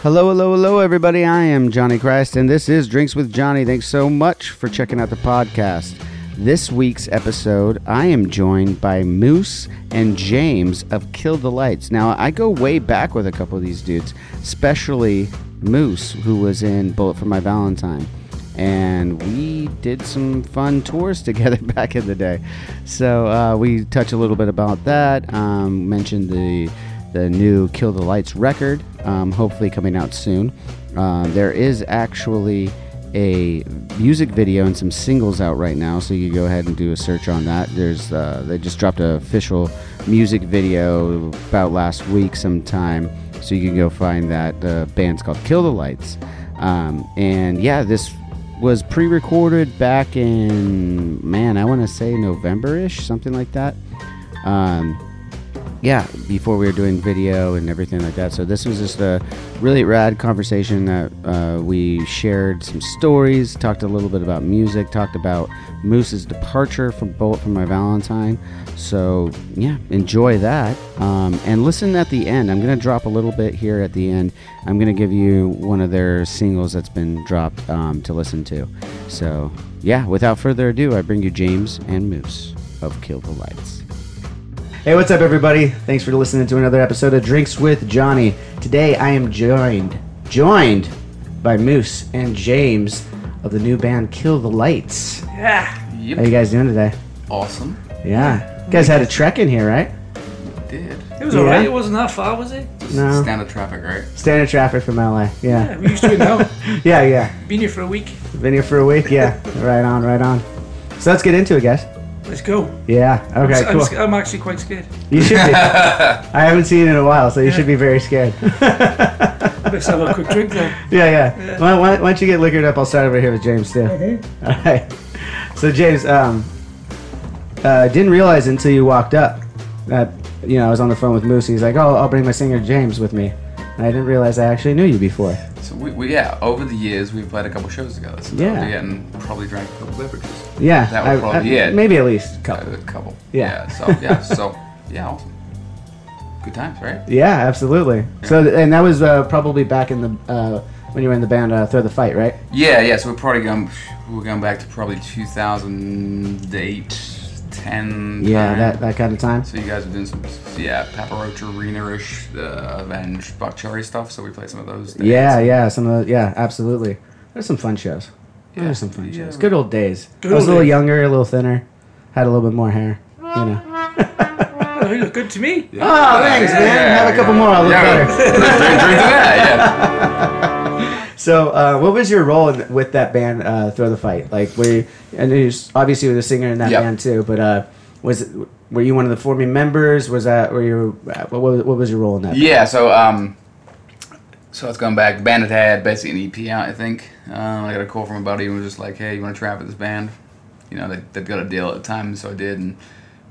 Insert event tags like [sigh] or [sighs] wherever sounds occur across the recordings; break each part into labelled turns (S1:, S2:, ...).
S1: Hello, hello, hello, everybody. I am Johnny Christ, and this is Drinks with Johnny. Thanks so much for checking out the podcast. This week's episode, I am joined by Moose and James of Kill the Lights. Now, I go way back with a couple of these dudes, especially Moose, who was in Bullet for My Valentine. And we did some fun tours [laughs] together back in the day. So uh, we touch a little bit about that, um, mentioned the the new Kill the Lights record, um, hopefully coming out soon. Uh, there is actually a music video and some singles out right now, so you go ahead and do a search on that. There's uh, they just dropped an official music video about last week sometime, so you can go find that. The band's called Kill the Lights, um, and yeah, this was pre-recorded back in man, I want to say November-ish, something like that. Um, yeah, before we were doing video and everything like that. So this was just a really rad conversation that uh, we shared some stories, talked a little bit about music, talked about Moose's departure from Bullet for My Valentine. So yeah, enjoy that um, and listen at the end. I'm gonna drop a little bit here at the end. I'm gonna give you one of their singles that's been dropped um, to listen to. So yeah, without further ado, I bring you James and Moose of Kill the Lights. Hey, what's up, everybody? Thanks for listening to another episode of Drinks with Johnny. Today, I am joined, joined by Moose and James of the new band Kill the Lights.
S2: Ah,
S1: How you
S3: Yep.
S1: guys doing today?
S3: Awesome.
S1: Yeah, you guys had a trek in here, right?
S3: Did.
S2: It was
S1: Yeah.
S2: alright. It wasn't that far, was it?
S3: Just
S1: No.
S3: Standard traffic, right?
S1: Standard traffic from LA.
S2: Yeah,
S1: Yeah,
S2: we used to it now.
S1: yeah, yeah.
S2: Been here for a week.
S1: Been here for a week. Yeah, right on, right on. So let's get into it, guys.
S2: Let's go.
S1: Yeah. Okay.
S2: I'm,
S1: Cool.
S2: sc- I'm actually quite scared.
S1: You should be. I haven't seen it in a while, so you should be very scared.
S2: Let's have a quick drink though.
S1: [laughs] Yeah, yeah. Why, why, why don't you get liquored up? I'll start over here with James too. All right. So James, um, uh, didn't realize until you walked up that you know I was on the phone with Moose. He's like, "Oh, I'll bring my singer James with me," and I didn't realize I actually knew you before.
S3: So we, we yeah. Over the years, we've played a couple shows together. So
S1: Yeah.
S3: yeah. And probably drank a couple beverages.
S1: Yeah,
S3: That was
S1: I-
S3: probably
S1: I-
S3: it.
S1: Maybe at least a
S3: A
S1: couple.
S3: couple.
S1: Yeah.
S3: So yeah.
S1: [laughs]
S3: So yeah. Awesome. Good times, right?
S1: Yeah, absolutely. So and that was uh, probably back in the uh, when you were in the band uh, Throw the Fight, right?
S3: Yeah. Yeah. So we're probably going. We're going back to probably 2008, 10.
S1: Yeah,
S3: time.
S1: Uh, that that kind of time.
S3: So you guys were doing some yeah, Paparocha Arena-ish, uh, Avenge, Buckcherry stuff. So we played some of those. days.
S1: Yeah, yeah, some of the, yeah, absolutely. There's some fun shows.
S3: Yeah,
S1: There's some fun
S3: yeah.
S1: shows. Good old days.
S2: Good
S1: I was a
S2: old
S1: little
S2: days.
S1: younger, a little thinner, had a little bit more hair. You know.
S2: Oh, you look good to me.
S1: Oh, thanks, man. Have a couple more. I'll look
S3: yeah.
S1: better.
S3: Drink- drink to that, yeah.
S1: So, uh, what was your role in, with that band, uh, Throw the Fight? Like, were you, and you s- obviously you were the singer in that
S3: Yep.
S1: band too, but uh, was were you one of the forming members? Was that were you? uh, What, what, what was your role in that?
S3: Yeah, so um, so it's going back. The band had had basically an EP out, I think. Um, I got a call from a buddy who was just like, "Hey, you want to try out with this band?" You know, they they got a deal at the time, so I did, and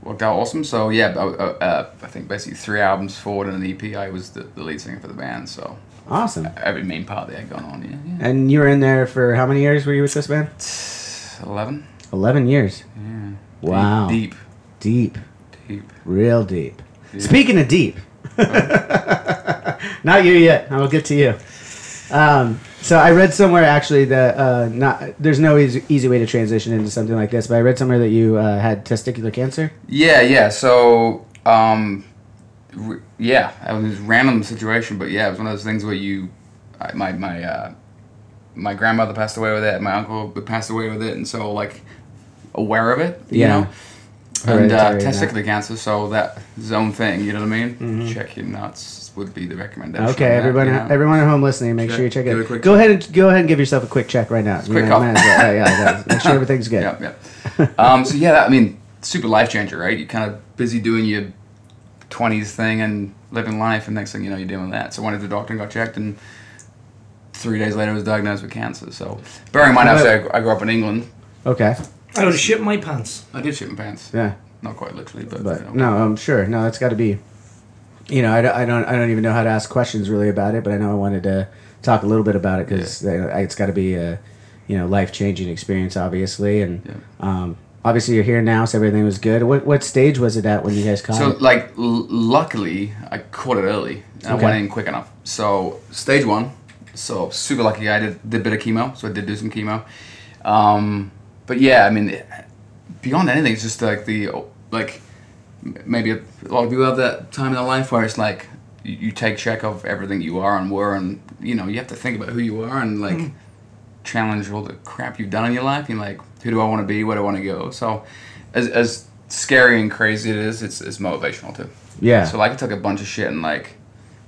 S3: it worked out awesome. So yeah, I, uh, I think basically three albums forward and an EP, I was the, the lead singer for the band. So
S1: Awesome.
S3: every main part they had gone on. Yeah,
S1: And you were in there for how many years? Were you with this band?
S3: yeah. eleven.
S1: Eleven years.
S3: Yeah.
S1: Wow.
S3: Deep,
S1: Deep.
S3: deep.
S1: Real deep. Speaking of
S3: [laughs]
S1: deep, not you yet. I'll get to you. Um, so I read somewhere actually that uh, not there's no easy, easy way to transition into something like this, but I read somewhere that you uh, had testicular cancer.
S3: Yeah, yeah. So, um, r- yeah, it was a random situation, but yeah, it was one of those things where you, I, my my uh, my grandmother passed away with it, my uncle passed away with it, and so like aware of it, you
S1: Yeah.
S3: know. and uh,
S4: Hereditary,
S3: testicular cancer. So that zone thing, you know what I mean? Check your nuts would be the recommendation. on
S4: Okay,
S3: that,
S4: everyone,
S3: you know?
S4: everyone at home listening, make
S3: Check.
S4: sure you check
S3: Give
S4: it.
S3: it a quick
S4: go
S3: check.
S4: ahead and go ahead and give yourself a quick check right now.
S3: quick
S4: know,
S3: cough.
S4: might as well. Yeah, yeah, yeah.
S3: [laughs]
S4: Make sure everything's good.
S3: Yep, yep. um, so yeah, that, I mean, super life changer, right? You're kind of busy doing your 20s thing and living life, and next thing you know, you're doing that. So I went to the doctor and got checked, and three days later, I was diagnosed with cancer. So bearing in mind, obviously, I, I grew up in England.
S4: Okay.
S2: I would shit my pants.
S3: I did shit in pants.
S4: Yeah,
S3: Not quite literally, but, you know.
S4: but no, I'm sure. No, it's got to be. You know, I don't, I don't, I don't even know how to ask questions really about it, but I know I wanted to talk a little bit about it because it's got to be a, you know, life changing experience, obviously, and
S3: Yeah.
S4: um, obviously you're here now, so everything was good. What what stage was it at when you guys caught
S3: So,
S4: it?
S3: like, l- luckily, I caught it early and I
S4: Okay.
S3: went in quick enough. So, stage one. So, super lucky I did, did a bit of chemo. So, I did do some chemo. Um, but yeah, I mean, beyond anything, it's just like the, like, m- maybe a lot of people have that time in their life where it's like you, you take check of everything you are and were, and, you know, you have to think about who you are and, like,
S4: Hmm.
S3: challenge all the crap you've done in your life and like who do i want to be where do i want to go so as, as scary and crazy it is it's, it's motivational too
S4: Yeah.
S3: so like i took a bunch of shit and like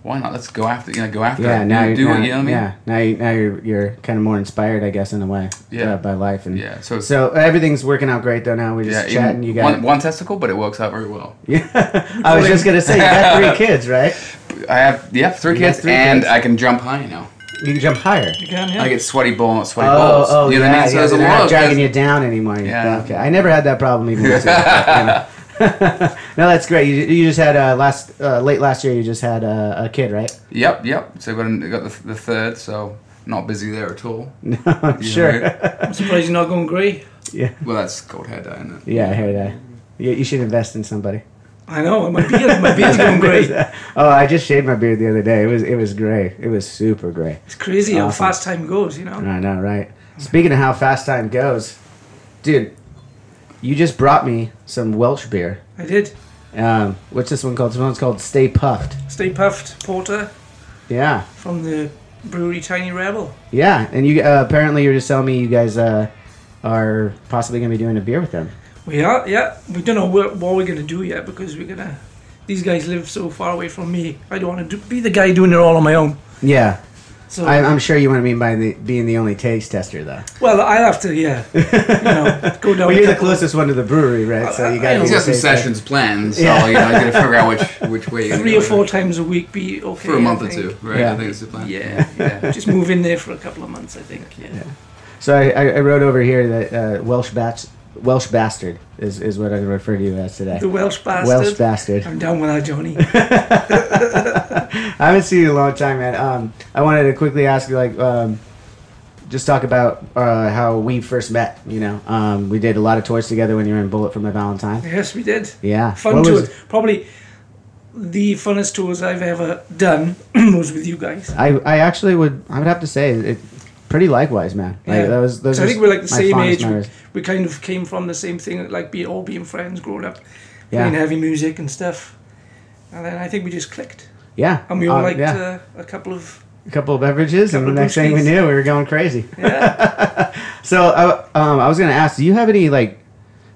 S3: why not let's go after you know go after
S4: yeah,
S3: it.
S4: now
S3: uh, you
S4: you're,
S3: do
S4: now,
S3: it you know what i mean
S4: yeah, now you, now you're you're kind of more inspired, I guess, in a way,
S3: Yeah.
S4: uh, by life and
S3: Yeah, so-
S4: so everything's working out great though. Now we're
S3: Yeah,
S4: just
S3: even
S4: chatting. You got
S3: one, one testicle but it works out very well
S4: yeah. I was just gonna say you got
S3: [laughs]
S4: three kids, right?
S3: i have yeah three
S4: You got
S3: kids
S4: three
S3: and
S4: kids.
S3: i can jump high now
S4: You can jump higher.
S2: You can, yeah.
S3: i get sweaty ball not sweaty
S4: Oh,
S3: balls
S4: oh,
S3: you know
S4: yeah,
S3: what i mean so
S4: yeah,
S3: there's a
S4: they're
S3: lot
S4: not
S3: of
S4: dragging
S3: there's-
S4: you down anymore.
S3: Yeah.
S4: Okay, I never had that problem
S3: [laughs]
S4: even. with it, you know. [laughs] no, that's great. You, you just had uh, last uh, late last year. You just had uh, a kid, right?
S3: yep yep so when i got the, the third so not busy there at
S4: [laughs]
S3: all you know
S4: I'm
S3: what I
S4: sure.
S3: mean?
S2: I'm surprised you're not going grey.
S3: well that's called hair dye
S4: [laughs]
S3: isn't it
S4: Yeah, I heard that. You, you should invest in
S3: [laughs]
S4: somebody.
S2: I know, my beard, my beard's going grey.
S4: [laughs] oh, I just shaved my beard the other day. It was it was gray. It was super gray.
S2: It's crazy how
S4: Awesome.
S2: fast time goes, you know?
S4: I know, right? Speaking of how fast time goes, dude, you just brought me some Welsh beer.
S2: I did.
S4: Um, what's this one called? This one's called Stay Puffed.
S2: Stay puffed, porter
S4: Yeah,
S2: from the brewery Tiny Rebel.
S4: yeah. And you uh, apparently you were just telling me you guys uh, are possibly gonna be doing a beer with them.
S2: We are, yeah. We don't know what, what we're gonna do yet because we're gonna. These guys live so far away from me. I don't want to do, be the guy doing it all on my own.
S4: Yeah,
S2: So,
S4: I, I'm sure you want to mean by the, being the only taste tester though.
S2: well, I'll have to,
S4: [laughs]
S2: yeah. You know, go down. a
S4: Well, Oh, you're the
S2: couple-
S4: closest one to the brewery, right? So you
S2: I- I-
S4: got
S3: He's got some
S4: taste test.
S3: sessions planned, so
S4: Yeah.
S3: you know, I gotta figure out
S4: [laughs]
S3: which which way. you're
S2: Three or
S3: gonna
S2: four
S3: go
S2: times a week, be okay.
S3: for a
S2: I
S3: month or two,
S2: think.
S3: right?
S4: Yeah.
S3: I think it's the plan. [laughs]
S2: Yeah.
S3: yeah.
S2: Just move in there for a couple of months, I think. Yeah.
S4: So I, I, I wrote over here that uh, Welsh bats, Welsh bastard is, is what I refer to you as today.
S2: The Welsh bastard.
S4: Welsh bastard.
S2: I'm down with that,
S4: [laughs]
S2: Johnny.
S4: I haven't seen you in a long time, man. Um, I wanted to quickly ask you, like, um, just talk about uh, how we first met. You know, um, we did a lot of tours together when you were in Bullet for My Valentine.
S2: yes, we did.
S4: Yeah,
S2: Fun
S4: What was-
S2: tours. Probably the funnest tours I've ever done [clears throat] was with you guys.
S4: I, I actually would I would have to say it pretty likewise, man. Like
S2: Yeah.
S4: that was those
S2: So I
S4: are
S2: think we're like the
S4: my
S2: same
S4: fondest
S2: age. We,
S4: memories.
S2: we kind of came from the same thing, like be all being friends, growing up,
S4: Yeah.
S2: playing heavy music and stuff. And then I think we just clicked,
S4: Yeah,
S2: and we
S4: uh,
S2: all liked
S4: yeah.
S2: uh, a couple of
S4: a couple of beverages, and
S2: couple
S4: the
S2: of
S4: next thing we
S2: brewskis.
S4: knew, we were going crazy.
S2: [laughs] yeah.
S4: [laughs] So I, um, I was gonna ask, do you have any like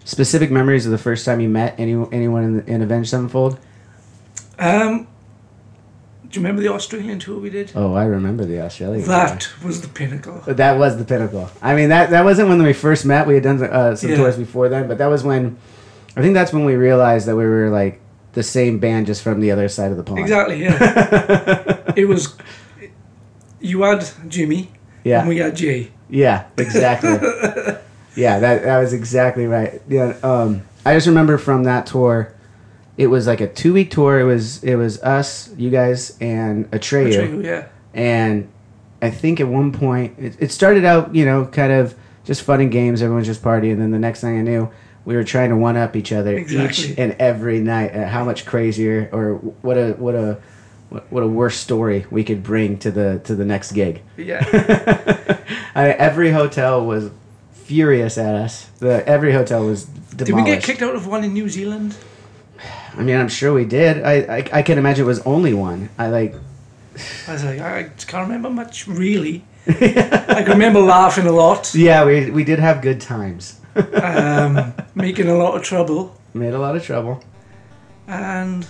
S4: specific memories of the first time you met any anyone in, the, in Avenged Sevenfold?
S2: um, do you remember the Australian tour we did?
S4: Oh, I remember the Australian.
S2: That was the pinnacle.
S4: guy. That was the pinnacle. I mean, that that wasn't when we first met. We had done uh, some
S2: Yeah.
S4: tours before then, but that was when I think that's when we realized that we were like the same band, just from the other side of the pond.
S2: Exactly. Yeah.
S4: [laughs]
S2: it was. You had Jimmy,
S4: Yeah.
S2: and we had Jay.
S4: Yeah,
S2: [laughs]
S4: exactly. yeah, that that was exactly right. Yeah, um, I just remember from that tour, it was like a two week tour. It was it was us, you guys, and Atreyu,
S2: True, yeah.
S4: and I think at one point it, it started out, you know, kind of just fun and games. Everyone's just partying, and then the next thing I knew. We were trying to one up each other each
S2: Exactly.
S4: and every night. At how much crazier or what a what a what what a worse story we could bring to the to the next gig. [laughs]
S2: Yeah.
S4: I mean, every hotel was furious at us. The every hotel was demolished.
S2: Did we get kicked out of one in New Zealand?
S4: I mean, I'm sure we did. I, I I can imagine it was only one. I like.
S2: I was like, I can't remember much
S4: [laughs]
S2: really. I can remember laughing a lot,
S4: Yeah, we we did have good times.
S2: um, making a lot of trouble.
S4: Made a lot of trouble.
S2: and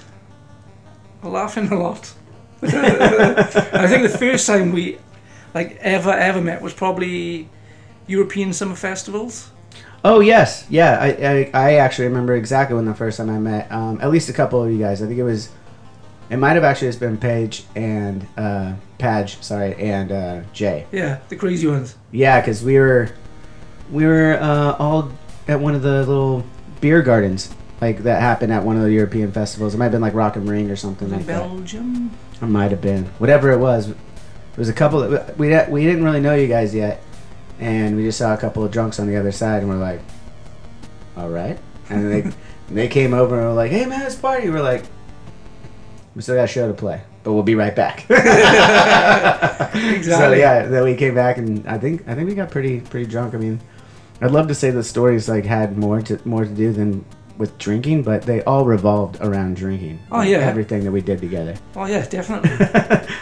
S2: laughing a lot. [laughs] I think the first time we, like, ever ever met was probably European Summer Festivals.
S4: Oh yes, yeah. I, I I actually remember exactly when the first time I met um, at least a couple of you guys. I think it was, it might have actually just been Paige and uh, Page, sorry, and uh, Jay.
S2: Yeah, the crazy ones.
S4: Yeah, because we were, we were uh, all at one of the little beer gardens like that happened at one of the European festivals. It might have been like Rock and Ring or something like that.
S2: Belgium.
S4: It might have been whatever it was. It was a couple. Of, we we didn't really know you guys yet, and we just saw a couple of drunks on the other side, and we're like, "All right." And they they came over and were like, "Hey man, it's party." We're like, "We still got a show to play, but we'll be right back." [laughs]
S2: Exactly.
S4: So yeah, then we came back, and I think I think we got pretty pretty drunk. I mean, I'd love to say the stories like had more to more to do than with drinking, but they all revolved around drinking.
S2: Oh,
S4: Like,
S2: yeah.
S4: everything that we did together.
S2: Oh yeah,
S4: [laughs]
S2: definitely.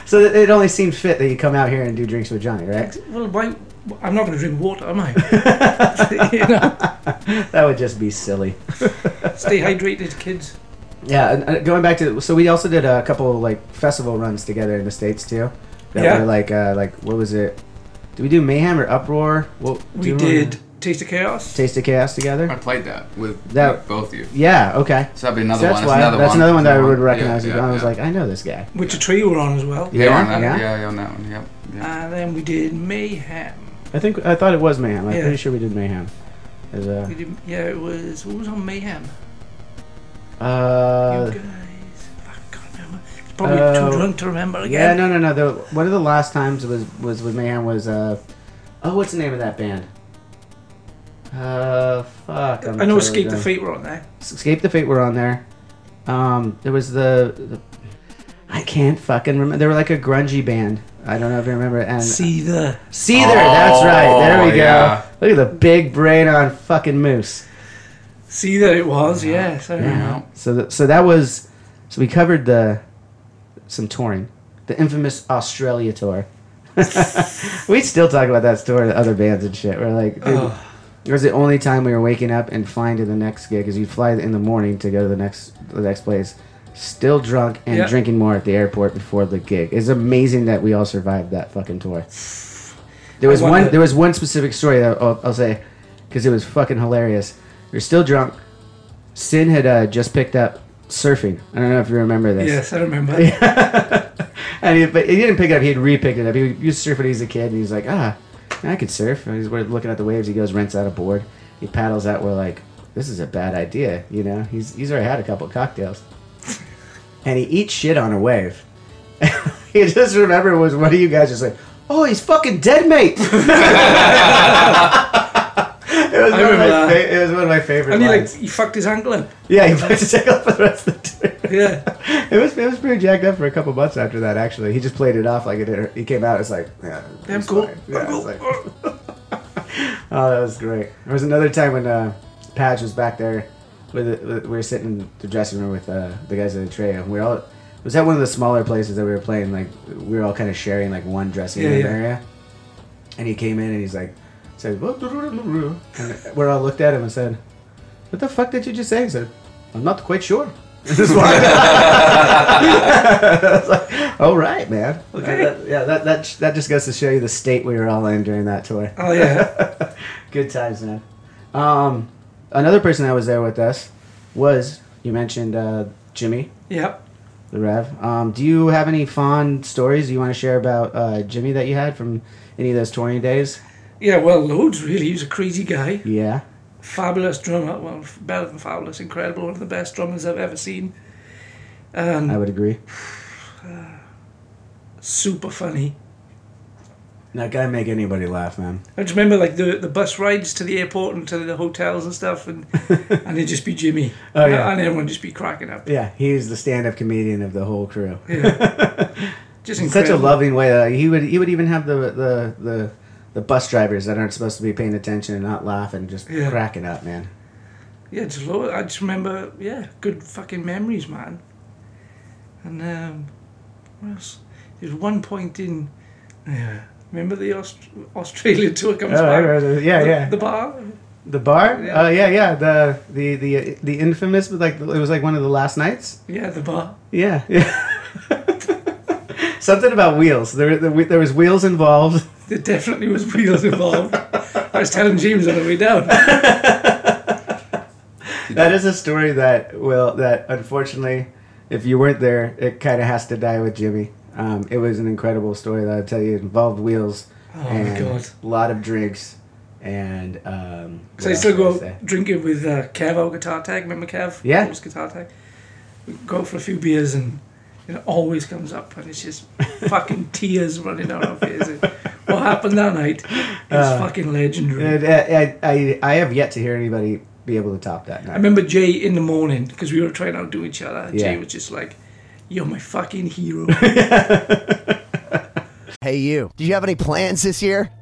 S4: So it- it only seemed fit that you come out here and do drinks with
S2: [laughs]
S4: Johnny, right?
S2: Well, why? I'm not going to drink water,
S4: [laughs]
S2: am I? [laughs] you know,
S4: That would just be silly.
S2: stay hydrated, kids.
S4: Yeah, and, and going back to so we also did a couple like festival runs together in the states too. That
S2: Yeah.
S4: were like uh, like what was it? Did we do mayhem or uproar? What do
S2: We
S4: you remember?
S2: did Uh, Taste of Chaos.
S4: taste of chaos
S3: I
S4: together.
S3: played that with
S4: That-
S3: both of you.
S4: Yeah, okay.
S3: So that'd be another
S4: So that's
S3: one.
S4: why
S3: another
S4: that's
S3: one.
S4: another one that I would recognize.
S3: Yeah,
S4: you.
S3: yeah,
S4: I was
S3: yeah.
S4: like, I know this guy.
S2: which a tree were on as well.
S3: They were on
S4: Yeah,
S3: that.
S4: yeah.
S3: Yeah, yeah, on that one. Yep. Yeah.
S2: And then we did Mayhem.
S4: I think I thought it was mayhem. I'm
S2: Yeah.
S4: pretty sure we did mayhem. uh, As
S2: We
S4: a
S2: did, yeah, it was. What was on Mayhem?
S4: uh,
S2: you guys. Fuck, I can't remember. It's probably
S4: uh,
S2: too drunk to remember
S4: yeah,
S2: again.
S4: no, no, no. The, one of the last times was was with mayhem was uh, oh, what's the name of that band? Uh, fuck. I'm
S2: I know
S4: totally
S2: Escape the
S4: done.
S2: Fate were on there.
S4: Escape the Fate were on there. Um, there was the, the I can't fucking remember. They were like a grungy band. I don't know if you remember. And
S2: See the.
S4: Seether, that's right. There we
S3: Oh,
S4: go.
S3: yeah.
S4: Look at the big brain on fucking Moose.
S2: See that it was, yes. I remember.
S3: Yeah.
S4: So th- so that was so we covered the some touring, the infamous Australia tour. [laughs] we still talk about that tour to other bands and shit. We're like, dude, it was the only time we were waking up and flying to the next gig because you'd fly in the morning to go to the next the next place, still drunk and
S2: Yeah.
S4: drinking more at the airport before the gig. It's amazing that we all survived that fucking tour. There was
S2: I wonder-
S4: one. There was one specific story that I'll, I'll say because it was fucking hilarious. We were still drunk. Sin had uh, just picked up surfing. I don't know if you remember this.
S2: Yes, I remember.
S4: And he, but he didn't pick it up. He had re-picked it up. He used to surf when he was a kid, and he's like, ah, I could surf. And he's we're looking at the waves. He goes, rents out a board. He paddles out. We're like, this is a bad idea. You know, he's he's already had a couple cocktails, [laughs] and he eats shit on a wave. [laughs] he just remember was one of you guys just like, oh, he's fucking dead, mate. [laughs] it was one of my
S2: remember that.
S4: fa- it was one of my favorite
S2: And he like
S4: [laughs] lines.
S2: he fucked his ankle up.
S4: yeah, he [laughs] put to take off for the rest of the tour [laughs]
S2: Yeah.
S4: it was it was pretty jacked up for a couple months after that. Actually, he just played it off like it. didn't- He came out. It's like, yeah,
S2: Damn
S4: it's
S2: cool.
S4: fine.
S2: Damn
S4: Yeah,
S2: cool.
S4: it's like- [laughs] oh, that was great. There was another time when uh, Patch was back there. With, with, we were sitting in the dressing room with uh, the guys at the tray. and We were all it was that one of the smaller places that we were playing. Like we were all kind of sharing like one dressing
S2: Yeah,
S4: room
S2: yeah.
S4: area. And he came in and he's like, said, and we all looked at him and said, "What the fuck did you just say?" He said, "I'm not quite sure." [laughs] Just walked out. All right, man.
S2: Okay.
S4: That- yeah, that, that that just goes to show you the state we were all in during that tour.
S2: [laughs] Oh yeah.
S4: [laughs] Good times, man. Um, another person that was there with us was you mentioned uh, Jimmy
S2: Yeah.
S4: the Rev. Um, do you have any fond stories you want to share about uh, Jimmy that you had from any of those touring days?
S2: Yeah, well loads really. He was a crazy guy.
S4: Yeah.
S2: Fabulous drummer. Well f- better than fabulous, incredible, one of the best drummers I've ever seen. And
S4: I would agree.
S2: super funny.
S4: That guy make anybody laugh, man.
S2: I just remember like the, the bus rides to the airport and to the hotels and stuff
S4: [laughs]
S2: and and it'd just be Jimmy.
S4: Oh, yeah.
S2: And everyone just be cracking up.
S4: Yeah, he's the stand-up comedian of the whole crew.
S2: Just
S4: In such a
S2: incredible.
S4: loving way. Uh, he would he would even have the the the the bus drivers that aren't supposed to be paying attention and not laughing, just
S2: Yeah.
S4: cracking up, man.
S2: Yeah, just lo- I just remember, yeah, good fucking memories, man. And um, what else? There's one point in, yeah, remember the Aust- Australian [laughs] tour comes
S4: Oh, I
S2: back.
S4: remember the- yeah,
S2: the,
S4: yeah.
S2: The bar.
S4: The bar?
S2: Yeah.
S4: Yeah. Uh, yeah, yeah. The the the the infamous, but like it was like one of the last nights.
S2: Yeah, the bar.
S4: Yeah, yeah. [laughs] Something about wheels. There, there, there was
S2: [laughs]
S4: wheels involved.
S2: There definitely was wheels
S4: [laughs]
S2: involved. I was telling James on the way down.
S4: That is a story that will that unfortunately, if you weren't there, it kind of has to die with Jimmy. Um, it was an incredible story that I tell you it involved wheels
S2: Oh my
S4: and
S2: God.
S4: a lot of drinks and. Um,
S2: So I
S4: what
S2: still
S4: else can
S2: go
S4: say?
S2: drinking with uh, Kev, our guitar tag. Remember Kev?
S4: Yeah.
S2: Old's guitar tag. We go for a few beers and it always comes up and it's
S4: [laughs]
S2: just fucking tears running down our faces. What happened that night is
S4: Uh,
S2: fucking legendary.
S4: And uh, I, I, I have yet to hear anybody be able to top that
S2: I
S4: night.
S2: remember Jay in the morning because we were trying to outdo each other. Jay
S4: Yeah.
S2: was just like, "You're my fucking hero." [laughs]
S5: Hey, you. Do you have any plans this year? [laughs]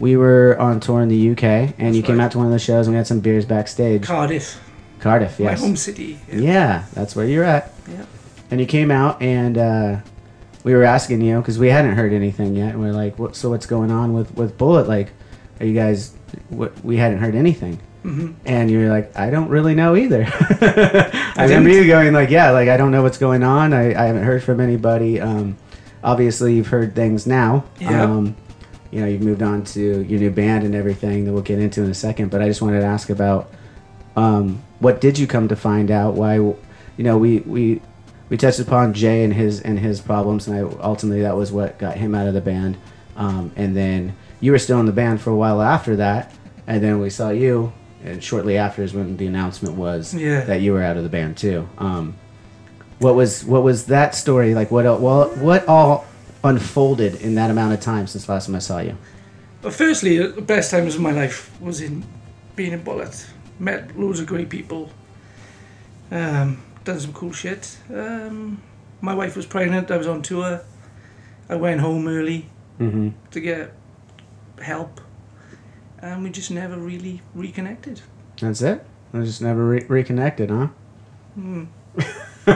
S4: we were on tour in the UK, and you came
S2: right.
S4: out to one of the shows, and we had some beers backstage.
S2: Cardiff,
S4: Cardiff,
S2: my
S4: yes.
S2: home city. Yeah.
S4: Yeah, that's where you're at.
S2: Yeah.
S4: And you came out, and uh, we were asking you because we hadn't heard anything yet, and we are like, "What? So what's going on with with Bullet? Like, are you guys? What? We hadn't heard anything."
S2: Mm-hmm.
S4: And you were like, "I don't really know either." [laughs] I, remember
S2: didn't.
S4: you going like, "Yeah, like I don't know what's going on. I, I haven't heard from anybody." Um, obviously, you've heard things now.
S2: Yeah.
S4: Um, you know, you've moved on to your new band and everything that we'll get into in a second. But I just wanted to ask about um, what did you come to find out? Why, you know, we we we touched upon Jay and his and his problems, and I ultimately that was what got him out of the band. Um, and then you were still in the band for a while after that, and then we saw you, and shortly after is when the announcement was
S2: Yeah.
S4: that you were out of the band too. Um, what was what was that story like? What well, what all unfolded in that amount of time since last time I saw you?
S2: But firstly, the best times of my life was in being in Bullet. Met loads of great people. Um, done some cool shit. Um, my wife was pregnant. I was on tour. I went home early to get help, and we just never really reconnected.
S4: That's it. I just never re- reconnected, huh?
S2: Hmm.
S4: [laughs]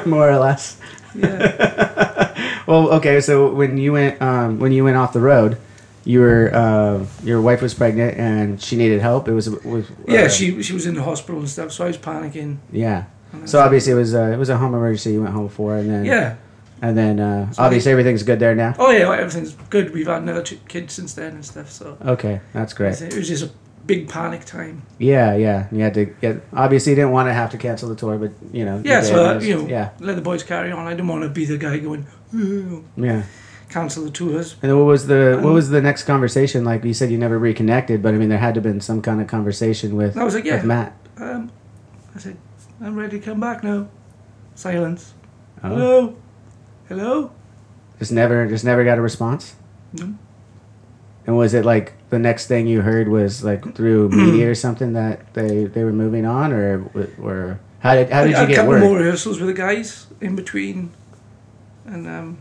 S4: More or less.
S2: Yeah,
S4: [laughs] Well, okay. So when you went um, when you went off the road, you were uh, your wife was pregnant and she needed help. It was, was
S2: yeah.
S4: uh,
S2: She she was in the hospital and stuff, so I was panicking.
S4: uh, yeah. So obviously it was a, it was a home emergency you went home for, and then
S2: Yeah,
S4: And then uh, obviously everything's good there now.
S2: Oh yeah, everything's good. We've had another ch- kid since then and stuff. So
S4: Okay, that's great.
S2: it was just a big panic time.
S4: Yeah, yeah. You had to get. Obviously, you didn't want to have to cancel the tour, but you know. you
S2: Yeah,
S4: did.
S2: so
S4: It
S2: uh,
S4: was-
S2: you know,
S4: Yeah,
S2: let the boys carry on. I didn't want to be the guy going "Ooh,
S4: yeah.
S2: cancel the tours.
S4: And then what was the
S2: Um,
S4: what was the next conversation like? You said you never reconnected, but I mean there had to have been some kind of conversation with
S2: I was like, yeah.
S4: with Matt.
S2: Um, I said, I'm ready to come back now. Silence.
S4: Oh.
S2: Hello, hello.
S4: Just never just never got a response.
S2: No.
S4: And was it like the next thing you heard was like
S2: [clears throat]
S4: through media or something that they they were moving on or or how did how did
S2: I had
S4: you
S2: a
S4: get
S2: couple
S4: word?
S2: more rehearsals with the guys in between, and um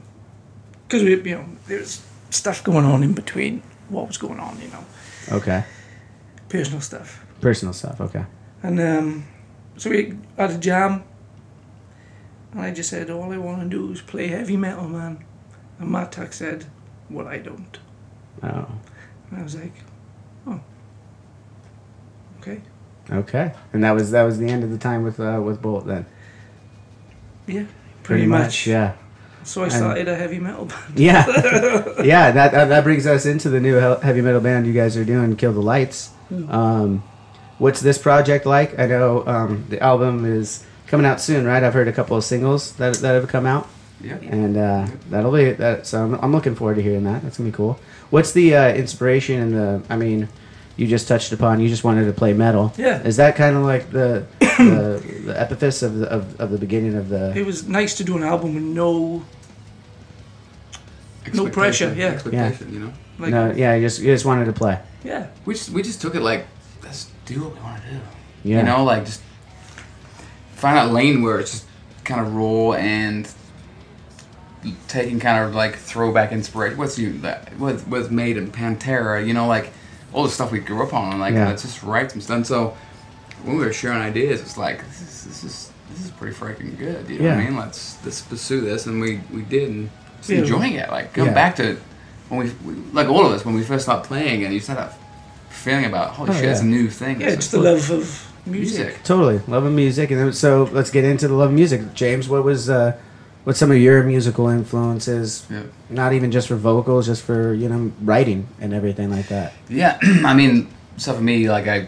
S2: 'cause because we, you know, there was stuff going on in between what was going on, you know,
S4: Okay,
S2: personal stuff.
S4: personal stuff. Okay,
S2: And um, so we had a jam, and I just said, All I want to do is play heavy metal, man. And Matt Tuck said, Well, I don't.
S4: oh
S2: And I was like, Oh, okay,
S4: okay, and that was that was the end of the time with uh, with Bolt then.
S2: yeah, pretty, much.
S4: yeah.
S2: So I started a heavy metal band. [laughs]
S4: Yeah, yeah. That, that that brings us into the new he- heavy metal band you guys are doing, Kill the Lights.
S2: Hmm.
S4: Um, what's this project like? I know um, the album is coming out soon, right? I've heard a couple of singles that that have come out,
S3: Yeah.
S4: and uh, that'll be that. So I'm, I'm looking forward to hearing that. That's gonna be cool. What's the uh, inspiration and the? I mean, you just touched upon. You just wanted to play metal.
S2: Yeah.
S4: Is that kind of
S2: [coughs]
S4: like the the, the epithets of the of, of the beginning of the?
S2: It was nice to do an album with no, No pressure,
S3: Expectation-
S2: yeah.
S3: Expectation, you know.
S2: like,
S4: no, yeah. You just you just wanted to play.
S2: yeah.
S3: We just we just took it like let's do what we want to do.
S4: Yeah.
S3: You know, like just find out lane where it's just kind of raw and taking kind of like throwback inspiration. What's you that with with Maiden, Pantera, you know, like all the stuff we grew up on. And like
S4: Yeah.
S3: let's just write some stuff. And so when we were sharing ideas, it's like this is this is, this is pretty freaking good. You know what I
S4: Yeah.
S3: mean? Let's let's pursue this, and we we did, and just
S2: Yeah.
S3: enjoying it. Like come
S4: Yeah.
S3: back to when we, we like all of us when we first start playing, and you start up feeling about holy
S4: Oh,
S3: shit, it's a
S4: yeah.
S3: new thing.
S2: Yeah,
S3: It's
S2: just
S3: like,
S2: the love of music.
S3: music.
S4: Totally, love of music, and then- so let's get into the love of music. James, what was uh, what some of your musical influences?
S3: Yeah.
S4: Not even just for vocals, just for you know writing and everything like that.
S3: Yeah, [clears throat] I mean, so for me, like I,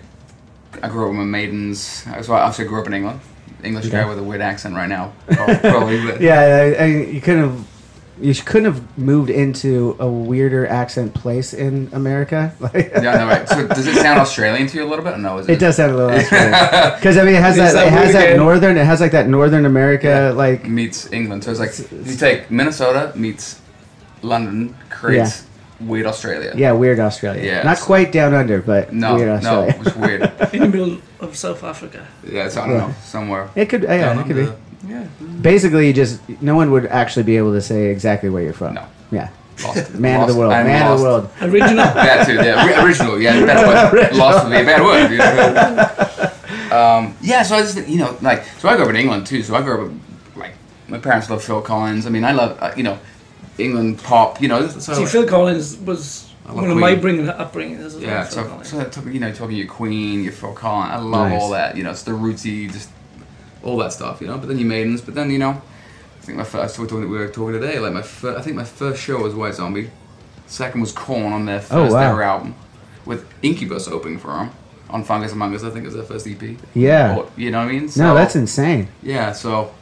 S3: I grew up with my maidens. So I obviously grew up in England. English guy with a weird accent right
S4: [laughs]
S3: now, probably. But
S4: Yeah, I, I, you couldn't have you sh- couldn't have moved into a weirder accent place in America. [laughs] Like,
S3: yeah, no, right. So does it sound Australian to you a little bit? Or no, is it?
S4: it does sound a little [laughs] because I mean it has
S3: It's
S4: that,
S3: that
S4: it has
S3: weird
S4: that
S3: again.
S4: northern it has like that northern America like
S3: meets England. So it's like you take Minnesota meets London creates weird Australia.
S4: yeah weird Australia.
S3: Yeah,
S4: not
S3: it's-
S4: quite down under, but
S3: No,
S4: weird
S3: no,
S4: Australia. [laughs]
S3: it was weird.
S2: In the middle of South Africa.
S3: Yeah, so I don't know somewhere.
S4: It could, yeah, it could be.
S2: Yeah.
S4: Basically, you just no one would actually be able to say exactly where you're from.
S3: No.
S4: Yeah.
S3: Lost.
S4: [laughs] Man of
S3: Lost.
S4: the world.
S3: I'm
S4: Man of the
S3: lost. [laughs]
S4: world.
S2: Original. [laughs]
S3: That too, yeah. Ri- original, yeah.
S4: [laughs]
S3: That's what lost would be a bad word. You know? um, yeah, so I just you know like so I grew up in England too. So I grew up with, like my parents love Phil Collins. I mean I love uh, you know England pop. You know this- so
S2: See, Phil Collins was
S3: I love
S2: one of my
S3: Queen.
S2: bringing upbringing. as well,
S3: yeah.
S2: Phil
S3: So,
S2: Collins.
S3: so that took- you know talking your Queen, your Phil Collins. I love
S4: Nice.
S3: all that. You know it's the rootsy, just all that stuff. You know. But then you maidens. But then you know I think my first we were talking, we were talking today. Like my fir- I think my first show was White Zombie. Second was Corn on their first
S4: Oh, wow.
S3: ever album, with Incubus opening for them on Fungus Among Us. I think it was their first EP.
S4: Yeah.
S3: Or- you know what I mean? So,
S4: No, that's insane.
S3: yeah. So,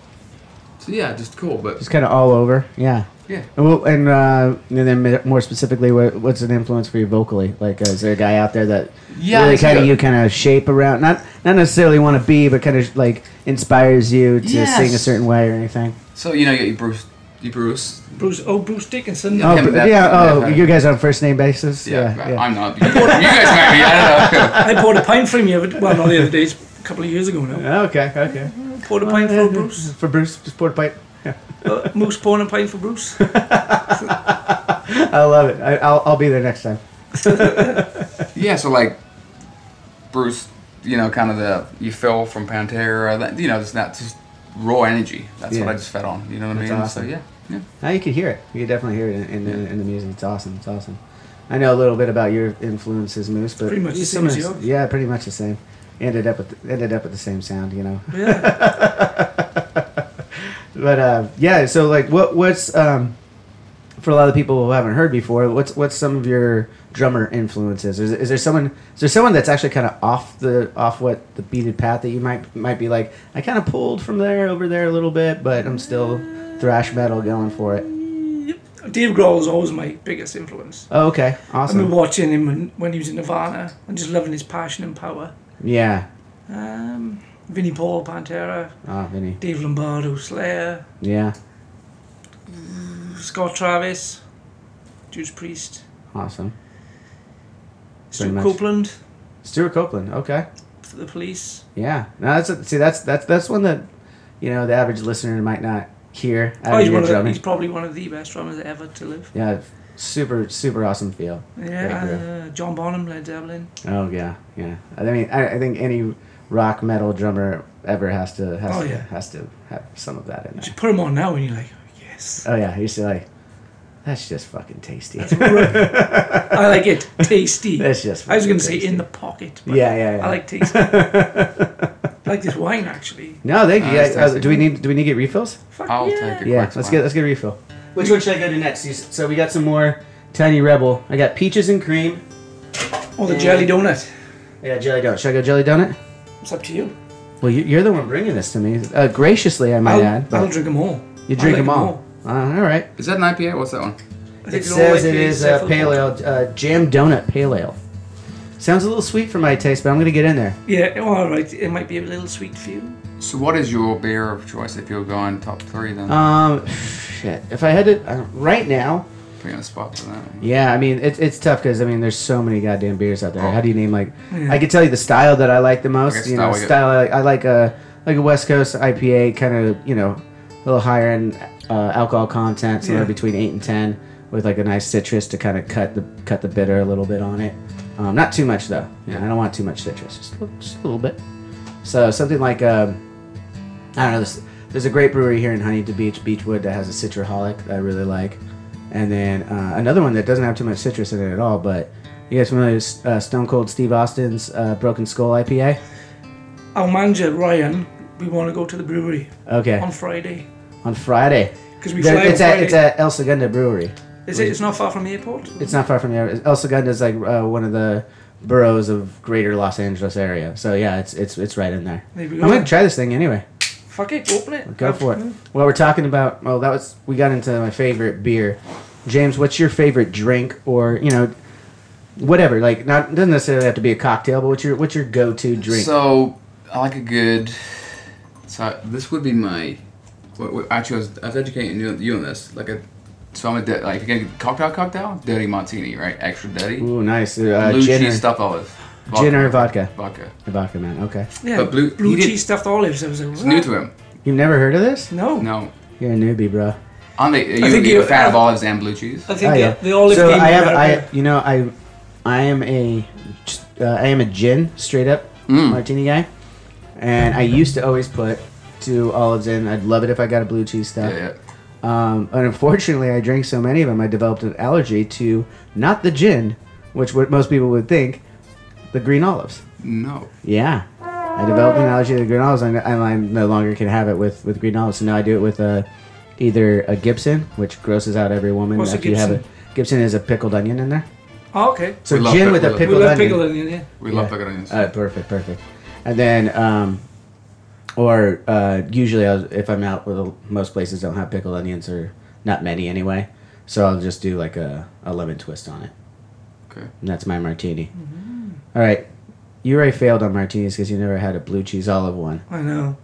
S3: so yeah, just cool. But
S4: Just kind of all over. Yeah.
S3: yeah,
S4: And Well, and, uh, and then mi- more specifically, what, what's an influence for you vocally? Like, uh, is there a guy out there that
S3: Yeah,
S4: really
S3: it's
S4: kind of
S3: good.
S4: you kind of shape around? Not not necessarily want to be, but kind of like inspires you to
S3: Yes.
S4: sing a certain way or anything.
S3: so you know you got your Bruce, your Bruce.
S2: Bruce, oh, Bruce Dickinson.
S3: Yeah.
S4: Oh,
S3: Him,
S4: but-
S3: that-
S4: yeah.
S3: that
S4: Oh,
S3: kind of-
S4: you guys on first name basis?
S3: Yeah,
S4: Yeah.
S3: I'm not. You, you guys might be. I don't know.
S2: I poured a pint for him the other well, not the other day, it's a couple of years ago now.
S4: Okay. Okay.
S2: Poured a pint for Bruce.
S4: For Bruce, just pour a pipe.
S2: Uh, Moose pouring a pint for
S4: [laughs]
S2: Bruce.
S4: I love it. I, I'll, I'll be there next time.
S3: Yeah, so like Bruce, you know, kind of the you fell from Pantera, that, you know, just that just raw energy. That's
S4: Yeah.
S3: what I just fed on. You know what
S4: That's
S3: I mean?
S4: awesome.
S3: So yeah, yeah.
S4: Now you can hear it. You can definitely hear it in, in, the, in the music. It's awesome. It's awesome. I know a little bit about your influences, Moose, but
S2: Pretty much the
S4: you
S2: same as
S4: similar-
S2: yours.
S4: Yeah, pretty much the same. Ended up with ended up with the same sound, you know.
S2: Yeah.
S4: [laughs] But uh, yeah, so like, what what's um, for a lot of people who haven't heard before? What's what's some of your drummer influences? Is, is there someone is there someone that's actually kind of off the off what the beaded path that you might might be like? I kind of pulled from there over there a little bit, but I'm still thrash metal going for it.
S2: Dave Grohl was always my biggest influence.
S4: Oh, okay,
S2: I remember
S4: awesome.
S2: watching him when, when he was in Nirvana and just loving his passion and power.
S4: Yeah.
S2: Um, Vinnie Paul, Pantera,
S4: Oh, Vinny.
S2: Dave Lombardo, Slayer,
S4: Yeah.
S2: Scott Travis, Judas Priest,
S4: Awesome.
S2: Stu
S4: much.
S2: Copeland,
S4: Stuart Copeland. Okay.
S2: for the police.
S4: Yeah. No, that's a, see, that's that's that's one that you know the average listener might not hear. out
S2: Oh,
S4: of
S2: he's,
S4: your
S2: one of the,
S4: drumming.
S2: he's probably one of the best drummers ever to live.
S4: Yeah, super, super awesome feel. Great groove.
S2: Yeah, uh, John Bonham, Led Zeppelin.
S4: Oh yeah, yeah. I mean, I, I think any rock metal drummer ever has to has
S2: Oh,
S4: to,
S2: yeah.
S4: has to have some of that in
S2: You
S4: there.
S2: put him on now and you're like, yes.
S4: Oh yeah, he's like, that's just fucking tasty. [laughs]
S2: I like it. Tasty.
S4: That's just
S2: I was going to
S4: fucking
S2: say
S4: tasty.
S2: in the pocket. but
S4: Yeah, yeah, yeah.
S2: I like tasty. I
S4: [laughs]
S2: like this wine, actually.
S4: no, thank you.
S3: Oh,
S4: guys.
S3: that's
S4: Uh, do we need do we need to get refills?
S2: Fuck
S3: I'll
S2: yeah.
S3: take it.
S4: Yeah,
S3: Quite
S4: let's
S3: fine.
S4: get let's get a refill. Which one should I go to next? You s- So we got some more tiny rebel. I got peaches and cream.
S2: Oh, the jelly donut.
S4: I got jelly donut. Should I go jelly donut?
S2: It's up to you.
S4: Well, you- you're the one bringing this to me, uh, graciously, I might
S2: I'll,
S4: add.
S2: I'll
S4: But
S2: drink them all.
S4: you
S2: I like
S4: drink them all. Uh, all right.
S3: Is that an IPA? What's that one?
S2: I
S4: It
S2: think they're all
S4: says
S2: like
S4: it
S2: these,
S4: is
S2: except
S4: a
S2: for the
S4: pale
S2: bottom.
S4: ale, uh, jam donut pale ale. Sounds a little sweet for my taste, but I'm gonna get in there.
S2: Yeah, oh, all right. It might be a little sweet for you.
S3: So, what is your beer of choice if you're going top three? Then
S4: Um, [sighs] shit. If I had to, uh, right now,
S3: put you on the spot for that.
S4: yeah. I mean, it's it's tough because I mean, there's so many goddamn beers out there.
S3: Oh.
S4: How do you name like? I could tell you the style that I like the most.
S3: Okay,
S4: you
S3: style
S4: know,
S3: we get-
S4: style I like, I like a like a West Coast IPA, kind of you know, a little higher in uh, alcohol content, somewhere
S2: Yeah.
S4: between eight and ten, with like a nice citrus to kind of cut the cut the bitter a little bit on it. Um, not too much though. Yeah, I don't want too much citrus. Just a little, just a little bit. So something like um, I don't know. There's, there's a great brewery here in Huntington Beach, Beechwood, that has a citraholic that I really like, and then uh, another one that doesn't have too much citrus in it at all. But you guys familiar with uh, Stone Cold Steve Austin's uh, Broken Skull IPA?
S2: Our manager, Ryan, we want to go to the brewery
S4: Okay,
S2: on
S4: on,
S2: Friday.
S4: Friday.
S2: 'Cause we
S4: There-
S2: fly on
S4: it's at
S2: Friday.
S4: it's at El Segundo Brewery.
S2: Is it? It's not far from the airport?
S4: It's not far from here. El Segundo is like uh, one of the boroughs of Greater Los Angeles area. So yeah, it's it's it's right in there.
S2: There we
S4: I'm
S2: go.
S4: gonna try this thing anyway.
S2: Fuck it. Open it.
S4: Go for it. Well, we're talking about. Well, that was we got into my favorite beer. James, what's your favorite drink, or you know, whatever? Like, not doesn't necessarily have to be a cocktail, but what's your what's your go to drink?
S3: So, I like a good. So this would be my. What, what, actually, I was, I was educating you, you on this. Like a, so I'm a di- like again cocktail cocktail dirty martini right extra dirty
S4: Ooh, nice. Uh,
S3: blue
S4: gin, or,
S3: cheese stuffed olive
S4: gin or vodka?
S3: vodka.
S4: Vodka, man. Okay.
S2: Yeah,
S3: But blue-
S2: blue,
S3: you did-
S2: cheese stuffed olives. I was like,
S3: It's new to him.
S4: You've never heard of this?
S2: No.
S3: No,
S4: You're a newbie, bro.
S3: I'm a, you,
S2: I think
S3: you're
S2: you-
S3: a fan of
S2: I-
S3: olives and blue cheese.
S2: I think the, the olive
S4: Oh, so
S2: game
S4: I
S2: in
S4: have I
S2: America-
S4: you know I I am a uh, I am a gin straight up
S3: Mm.
S4: martini guy, and I used to always put two olives in. I'd love it if I got a blue cheese
S3: Yeah,
S4: stuff.
S3: yeah.
S4: Um, and unfortunately, I drank so many of them, I developed an allergy to not the gin, which what most people would think, the green olives.
S3: No.
S4: Yeah, I developed an allergy to the green olives, and and I no longer can have it with with green olives. So now I do it with a either a Gibson, which grosses out every woman
S2: What's a
S4: if you have it.
S2: Gibson?
S4: Gibson is a pickled onion in there.
S2: Oh, okay.
S4: So
S3: We love
S4: gin
S3: pic-
S4: with a
S3: we love-
S2: We
S4: pickled
S2: love
S4: onion.
S2: pickled onion, yeah.
S3: We
S4: Yeah.
S3: love pickled onions.
S4: Uh, perfect, perfect. And then, um, or uh, usually I'll, if I'm out, well, most places don't have pickled onions or not many anyway. So I'll just do like a, a lemon twist on it.
S3: okay.
S4: And that's my martini. All right. You already failed on martinis because you never had a blue cheese olive one.
S2: I know.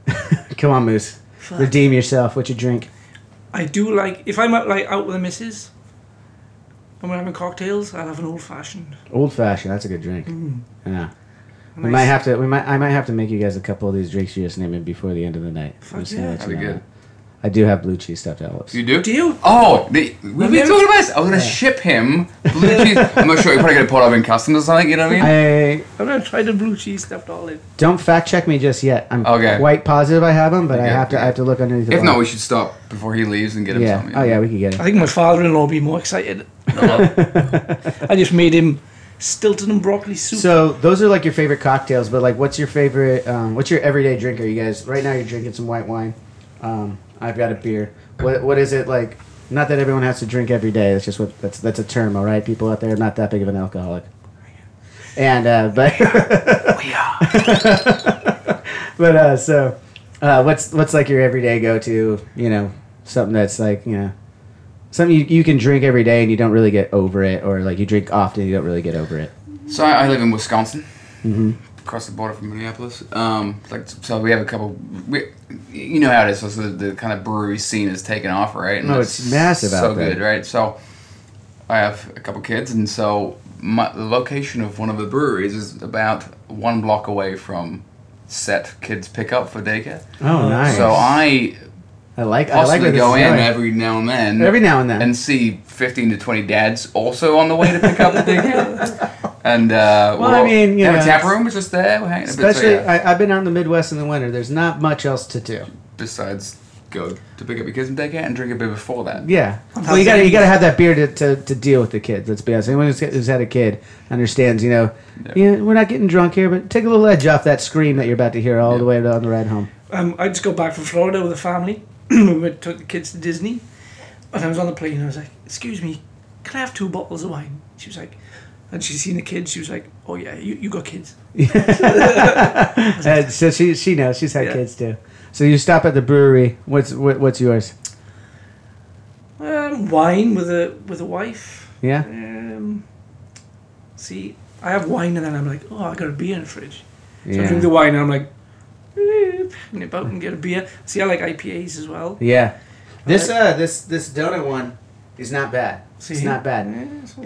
S4: Come on, Moose. Redeem yourself. What you drink?
S2: I do like if I'm out like out with the missus and we're having cocktails, I'll have an old fashioned.
S4: Old fashioned. That's a good drink. Yeah. We
S2: Nice.
S4: might have to. We might. I might have to make you guys a couple of these drinks you just named before the end of the night. I'm just gonna
S2: yeah.
S4: let you
S3: That'd be
S4: know
S3: good.
S4: that. I do have blue cheese stuffed olives.
S3: You do?
S2: Do you?
S3: Oh, the, we
S2: I've
S3: been
S2: never-
S3: talking about this. I was gonna ship him blue cheese. I'm not sure. You're probably gonna pull over in customs or something. You know what I mean?
S4: [laughs] I
S2: I'm gonna try the blue cheese stuffed olive.
S4: Don't fact check me just yet. I'm
S3: Okay.
S4: quite positive I have them, but I
S3: Okay,
S4: have to. I
S3: okay.
S4: have to look underneath. the
S3: if not,
S4: line.
S3: we should stop before he leaves and get him
S4: yeah.
S3: something.
S4: Oh yeah, we can get
S2: I
S4: it.
S2: think my father in law will be more excited. I just made him Stilton and broccoli soup.
S4: So those are like your favorite cocktails, but like, what's your favorite? Um, what's your everyday drink? Are you guys right now? You're drinking some white wine. Um, I've got a beer. What what is it like? Not that everyone has to drink every day. That's just what that's that's a term, all right? People out there, I'm not that big of an alcoholic. And uh, but [laughs]
S2: Oh,
S4: but uh, so uh, what's what's like your everyday go to? You know, something that's like you know. Something you, you can drink every day and you don't really get over it, or like you drink often and you don't really get over it.
S3: So I, I live in Wisconsin,
S4: Mm-hmm.
S3: across the border from Minneapolis. Um, like so, we have a couple. We, you know how it is. So, so the, the kind of brewery scene is taking off, right? And
S4: No,
S3: that's
S4: it's massive out
S3: So
S4: there.
S3: good, right? So I have a couple kids, and so my, the location of one of the breweries is about one block away from set kids pick up for daycare.
S4: Oh, nice!
S3: Uh, So I
S4: I like I like
S3: possibly
S4: where this
S3: go
S4: is
S3: in
S4: going.
S3: every now and then.
S4: Every now and then.
S3: And see 15 to 20 dads also on the way to pick up
S2: [laughs]
S3: the daycare. And, uh,
S4: Well, I mean, you
S3: have
S4: know,
S3: a tap room, it's just there, we're hanging a bit, so
S4: Especially,
S3: yeah,
S4: I, I've been out in the Midwest in the winter. There's not much else to do.
S3: besides go to pick up your kids from daycare and drink a beer before that.
S4: Yeah. Well, you gotta you gotta have that beer to, to, to deal with the kids. Let's be honest. Anyone who's, who's had a kid understands. You know, yeah, we're not getting drunk here, but take a little edge off that scream that you're about to hear all the way on the ride home.
S2: Um, I just got back from Florida with a family. [clears throat] we went, took the kids to Disney, and I was on the plane. and I was like, "Excuse me, can I have two bottles of wine?" She was like, and she's seen the kids. She was like, "Oh yeah, you, you got kids."
S4: And Uh, so she she knows she's had
S2: Yeah.
S4: kids too. So you stop at the brewery. What's what, what's yours?
S2: Um, wine with a with a wife.
S4: Yeah.
S2: Um, see, I have wine, and then I'm like, "Oh, I got a beer in the fridge." So I
S4: Yeah.
S2: drink the wine, and I'm like, "Eh, nip out and get a beer. See, I like IPAs as well.
S4: Yeah. This uh this this donut one is not bad. It's
S2: See?
S4: not bad.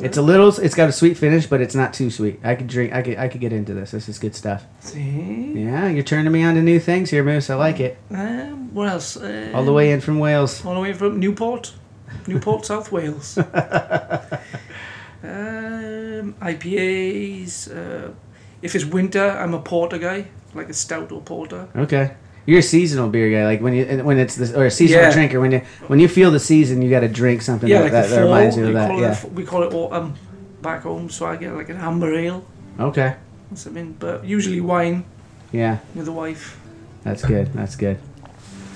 S4: It's a little. It's got a sweet finish, but it's not too sweet. I could drink. I could. I could get into this. This is good stuff.
S2: See,
S4: Yeah, you're turning me on to new things here, Moose. I like it.
S2: um, what else? Um,
S4: All the way in from Wales.
S2: all the way from Newport,
S4: [laughs]
S2: Newport, South Wales. um, IPAs. Uh, if it's winter, I'm a porter guy, like a stout or porter.
S4: Okay. You're a seasonal beer guy. Like when you and when it's this or a seasonal
S2: Yeah.
S4: drinker. When you when you feel the season, you got to drink something
S2: Yeah,
S4: that,
S2: like
S4: that,
S2: the
S4: that
S2: fall.
S4: reminds you
S2: we,
S4: of that.
S2: call
S4: Yeah.
S2: it, we call it autumn back home, so I get like an amber ale
S4: okay.
S2: or something. But usually wine
S4: Yeah.
S2: with a wife.
S4: That's good. That's good.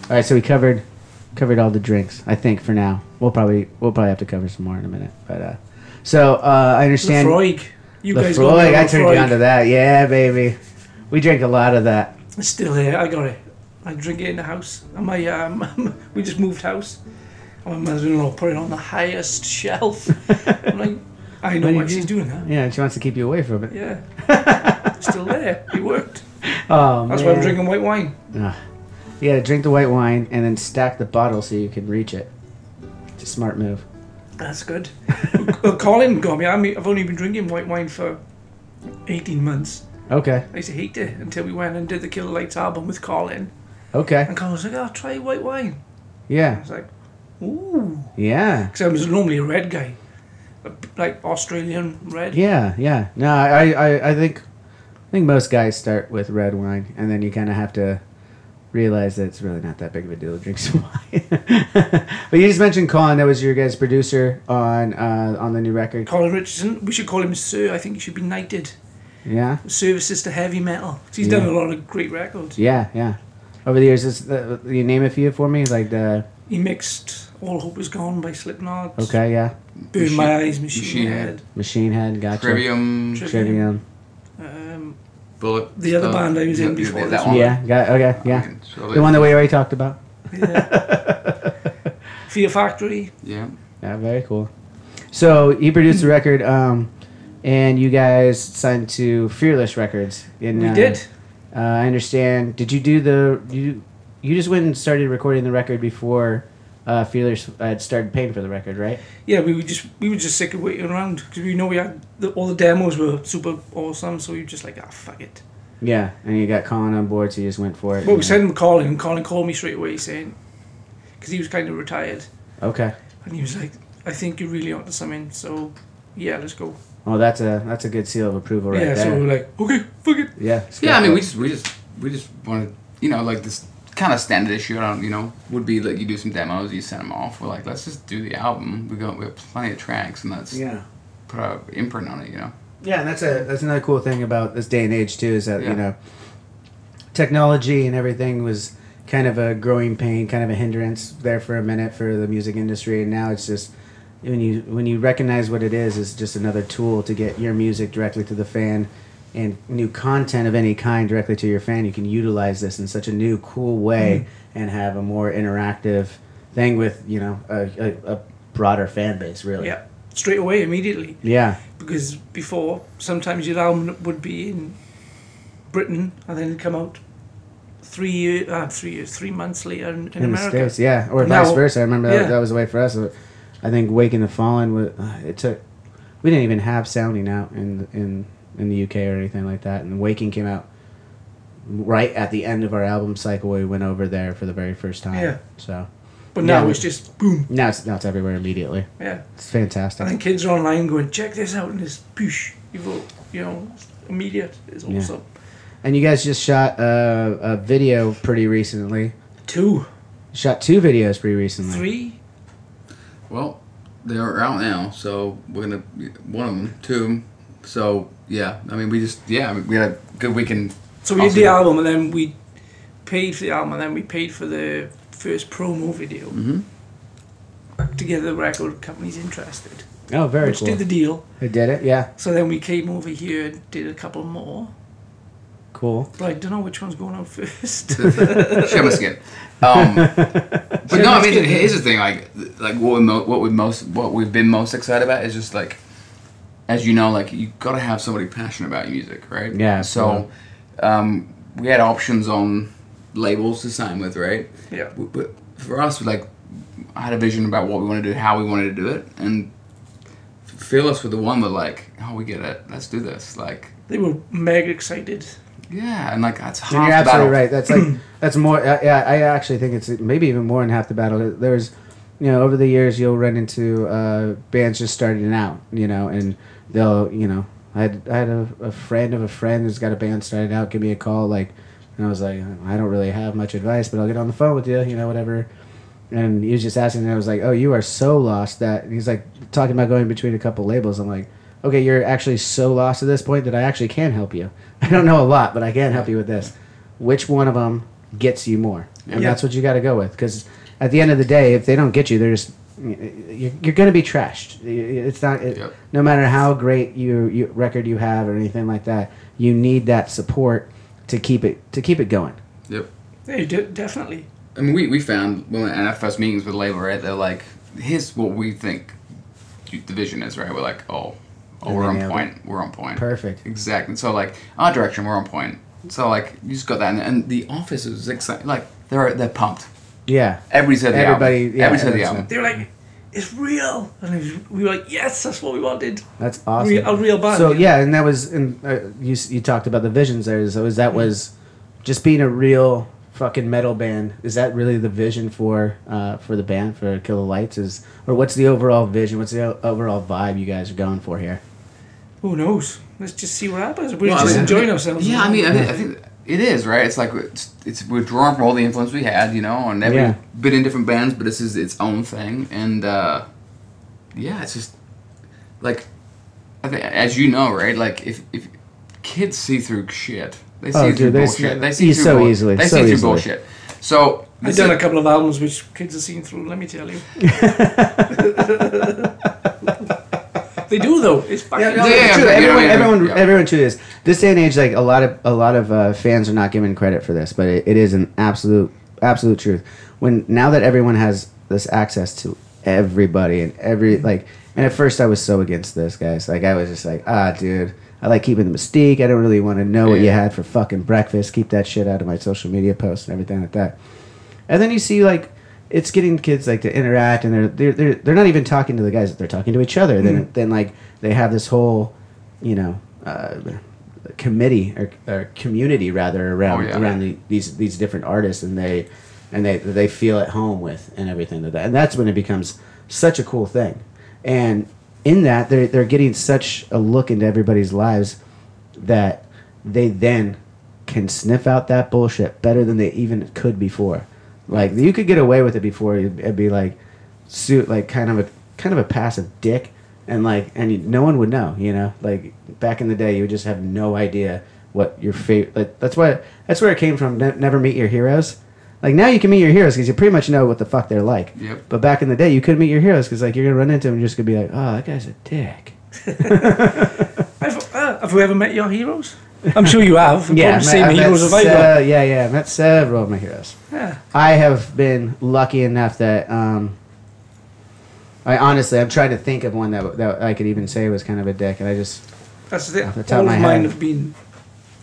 S4: All right. So we covered covered all the drinks. I think for now we'll probably we'll probably have to cover some more in a minute. But uh, so uh, I understand.
S2: Lefroig. You guys got
S4: Lefroy,
S2: me on
S4: I turned you
S2: Lefroy.
S4: on to that. Yeah, baby. We drank a lot of that.
S2: It's still here. I got it. I drink it in the house. And my um, [laughs] we just moved house. And my mother-in-law put it on the highest [laughs] shelf. I'm like, I know
S4: What do
S2: why
S4: you
S2: she's
S4: do?
S2: doing that.
S4: Yeah, and she wants to keep you away from it.
S2: Yeah,
S4: [laughs]
S2: still there. It worked.
S4: Oh,
S2: That's why I'm
S4: man.
S2: drinking white wine.
S4: Ugh. You gotta drink the white wine and then stack the bottle so you can reach it. It's a smart move.
S2: That's good. [laughs] Uh, Colin got me. I mean, I've only been drinking white wine for 18 months.
S4: Okay,
S2: I used to hate it until we went and did the Kill the Lights album with Colin.
S4: okay.
S2: And Colin was like, "Oh, try white wine." I
S4: Yeah,
S2: was like, "Ooh,"
S4: yeah,
S2: because I was normally a red guy, like Australian red.
S4: yeah, yeah. No, I, I, I think I think most guys start with red wine and then you kind of have to realize that it's really not that big of a deal to drink some [laughs] wine. but you just mentioned Colin, that was your guys' producer on uh, on the new record.
S2: Colin Richardson. We should call him Sir. I think he should be knighted.
S4: Yeah,
S2: Services to heavy metal. He's done a lot of great records.
S4: yeah, yeah. Over the years, is the, you name a few for me, like the
S2: He mixed "All Hope Is Gone" by Slipknot.
S4: okay, yeah,
S2: Burn
S3: Machine-
S2: My Eyes, Machine,
S3: Machine
S2: Head.
S4: Machine Head, gotcha.
S3: Trivium,
S4: Trivium.
S2: Um,
S3: Bullet.
S2: The other
S3: uh,
S2: band I was
S3: you
S2: in
S3: know, you-
S2: before
S3: That
S2: this
S3: one.
S4: Yeah, got, okay,
S3: I
S4: yeah.
S3: can show
S4: The one that
S3: you.
S4: we already talked about.
S2: yeah. Fear Factory.
S3: Yeah.
S4: Yeah, very cool. So
S2: [clears throat]
S4: he produced the record, um, and you guys signed to Fearless Records. In,
S2: We
S4: uh,
S2: did.
S4: Uh, I understand. Did you do the you? You just went and started recording the record before uh, Fearless had started paying for the record, right?
S2: Yeah, we were just we were just sick of waiting around because we know we had the, all the demos were super awesome, so we were just like, ah, fuck it.
S4: Yeah, and you got Colin on board, so you just went for it.
S2: But we
S4: and-
S2: sent him Colin, and Colin called me straight away saying, because he was kind of retired,
S4: Okay.
S2: and he was like, I think you're really onto something, so yeah, let's go.
S4: Well, that's a that's a good seal of approval right
S2: yeah, so
S4: there.
S2: we were like, okay, fuck it.
S4: yeah.
S3: Yeah, I mean, we just we just we just wanted you know like this kind of standard issue. I don't you know would be like you do some demos, you send them off. We're like, let's just do the album. We got we have plenty of tracks, and let's
S4: Yeah.
S3: put our imprint on it. You know.
S4: Yeah, and that's a that's another cool thing about this day and age too is that
S3: Yeah.
S4: you know technology and everything was kind of a growing pain, kind of a hindrance there for a minute for the music industry, and now it's just when you when you recognize what it is, it's just another tool to get your music directly to the fan and new content of any kind directly to your fan. You can utilize this in such a new, cool way and have a more interactive thing with you know a, a, a broader fan base, really.
S2: Yeah, straight away, immediately.
S4: Yeah.
S2: Because before, sometimes your album would be in Britain and then it'd come out three year, uh, three years, three months later in, in,
S4: in
S2: America.
S4: the states, yeah, or
S2: Now-
S4: vice versa. I remember
S2: yeah.
S4: that, that was the way for us. Uh, I think Waking the Fallen was uh, it took. We didn't even have sounding out in in in the UK or anything like that, and Waking came out right at the end of our album cycle. We went over there for the very first time.
S2: Yeah.
S4: So
S2: But now
S4: Yeah.
S2: it's just boom.
S4: now it's now it's everywhere immediately.
S2: Yeah.
S4: It's
S2: And then
S4: fantastic.
S2: kids are online going, check this out, and it's poosh. You vote, you know, it's immediate. It's
S4: Yeah.
S2: awesome.
S4: And you guys just shot a, a video pretty recently.
S2: Two,
S4: Shot two videos pretty recently.
S2: three.
S3: Well, they're out now, so we're gonna one of them, two. of 'em. So yeah, I mean, we just yeah, I mean, we had a good weekend.
S2: So we did
S3: Awesome.
S2: the album, and then we paid for the album, and then we paid for the first promo video
S4: Mm-hmm.
S2: to get the record companies interested,
S4: Oh, very
S2: which
S4: cool.
S2: did the deal.
S4: Who did it? Yeah,
S2: So then we came over here and did a couple more.
S4: cool.
S2: But I don't know which one's going out [laughs] first.
S3: Shame
S4: [laughs]
S3: skip. Um, but no, I mean, here's the thing. Like, like what we mo- what we most what we've been most excited about is just like, as you know, like you gotta have somebody passionate about your music, right?
S4: Yeah,
S3: So, um, we had options on labels to sign with, right?
S2: Yeah.
S3: W- But for us, like, I had a vision about what we wanted to do, how we wanted to do it, and fill us with the one that like, oh, we get it. Let's do this. Like,
S2: they were mega excited.
S3: yeah, and like that's half
S4: And you're
S3: the battle.
S4: absolutely right. That's like [clears throat] that's more. Uh, yeah, I actually think it's maybe even more than half the battle. There's, you know, over the years you'll run into uh, bands just starting out, you know, and they'll, you know, I had I had a, a friend of a friend who's got a band starting out. Give me a call, like, and I was like, I don't really have much advice, but I'll get on the phone with you, you know, whatever. And he was just asking, and I was like, "Oh, you are so lost that." And he's like talking about going between a couple labels. I'm like, "Okay, you're actually so lost at this point that I actually can help you. [laughs] I don't know a lot, but I can help you with this. Which one of them gets you more? And
S2: Yeah.
S4: that's what you got to go with. Because at the end of the day, if they don't get you, they're just you're, you're going to be trashed. It's not it,
S3: Yep.
S4: no matter how great you, you record you have or anything like that. You need that support to keep it to keep it going.
S3: Yep.
S2: They did, definitely.
S3: I mean, we, we found when we at our first meetings with labor, right? They're like, here's what we think you- the vision is, right? We're like, oh, oh,
S4: And
S3: we're
S4: they
S3: on
S4: nailed
S3: point. We're on point.
S4: Perfect.
S3: Exactly. So like our direction, we're on point. So like you just got that, and, and the office is excited. Like they're they're pumped.
S4: Yeah.
S3: Everybody's heard the
S4: Everybody-
S3: album.
S4: yeah,
S3: Everybody's heard the
S4: everyone's
S3: album.
S2: They were like, it's real. And it was- we were like, yes, that's what we wanted.
S4: That's awesome.
S2: Real- a real band,
S4: So
S2: yeah.
S4: yeah, and that was and uh, you s- you talked about the visions there. So is
S2: Mm-hmm.
S4: that was just being a real fucking metal band? Is that really the vision for uh, for the band for Killer Lights? Is or what's the overall vision? What's the o- overall vibe you guys are going for here?
S2: Who knows? Let's just see what happens. We're
S3: Well, I
S2: just
S3: mean,
S2: enjoying
S3: I-
S2: ourselves.
S3: Yeah, I mean, I, mean, I think it is right. It's like it's, it's we're drawn from all the influence we had, you know, and every
S4: Yeah.
S3: been in different bands, but this is its own thing, and uh, yeah, it's just like I think, as you know, right? Like if if kids see through shit, they see
S4: Oh, dude,
S3: through
S4: they see-
S3: bullshit. they see
S4: e-
S3: through
S4: so
S3: bull-
S4: easily,
S3: They
S4: so
S3: see through
S4: easily.
S3: bullshit. So
S2: I've
S3: this
S2: done
S3: is-
S2: a couple of albums which kids have seen through, let me tell
S4: [laughs]
S2: you. they do, though. It's fucking
S3: yeah,
S4: It's
S3: yeah,
S4: true.
S3: but you know
S4: everyone,
S3: what I mean?
S4: everyone,
S3: Yeah.
S4: everyone, true this. This day and age, like a lot of a lot of uh, fans are not given credit for this, but it, it is an absolute absolute truth. When now that everyone has this access to everybody and every
S3: Mm-hmm.
S4: like, and at first I was so against this, guys. Like I was just like, ah, dude. I like keeping the mystique. I don't really want to know what you
S3: Yeah.
S4: had for fucking breakfast. Keep that shit out of my social media posts and everything like that. And then you see like it's getting kids like to interact, and they're they're they're, they're not even talking to the guys; they're talking to each other. Then then like they have this whole, you know, uh, committee or, or community rather around
S3: Oh, yeah.
S4: around the, these these different artists, and they and they they feel at home with and everything like that. And that's when it becomes such a cool thing. And in that they're they're getting such a look into everybody's lives that they then can sniff out that bullshit better than they even could before. Like you could get away with it before it'd it'd be like suit like kind of a kind of a passive dick and like and you, no one would know, you know? Like back in the day you would just have no idea what your favorite like that's why that's where it came from Ne- never meet your heroes. Like now you can meet your heroes because you pretty much know what the fuck they're like.
S3: Yep.
S4: But back in the day, you could meet your heroes because like you're gonna run into them, and you're just gonna be like, oh, that guy's a dick.
S2: I've, uh, have you ever met your
S4: [laughs]
S2: heroes? I'm sure you have. You've probably
S4: I've
S2: seen
S4: met- I've
S2: the
S4: met
S2: heroes of I've got.
S4: se- Yeah, yeah, I've met several of my heroes.
S2: Yeah.
S4: I have been lucky enough that um, I honestly, I'm trying to think of one that that I could even say was kind of a dick, and I just
S2: That's it.
S4: Off the top
S2: All
S4: of
S2: of
S4: my
S2: mine
S4: head.
S2: have been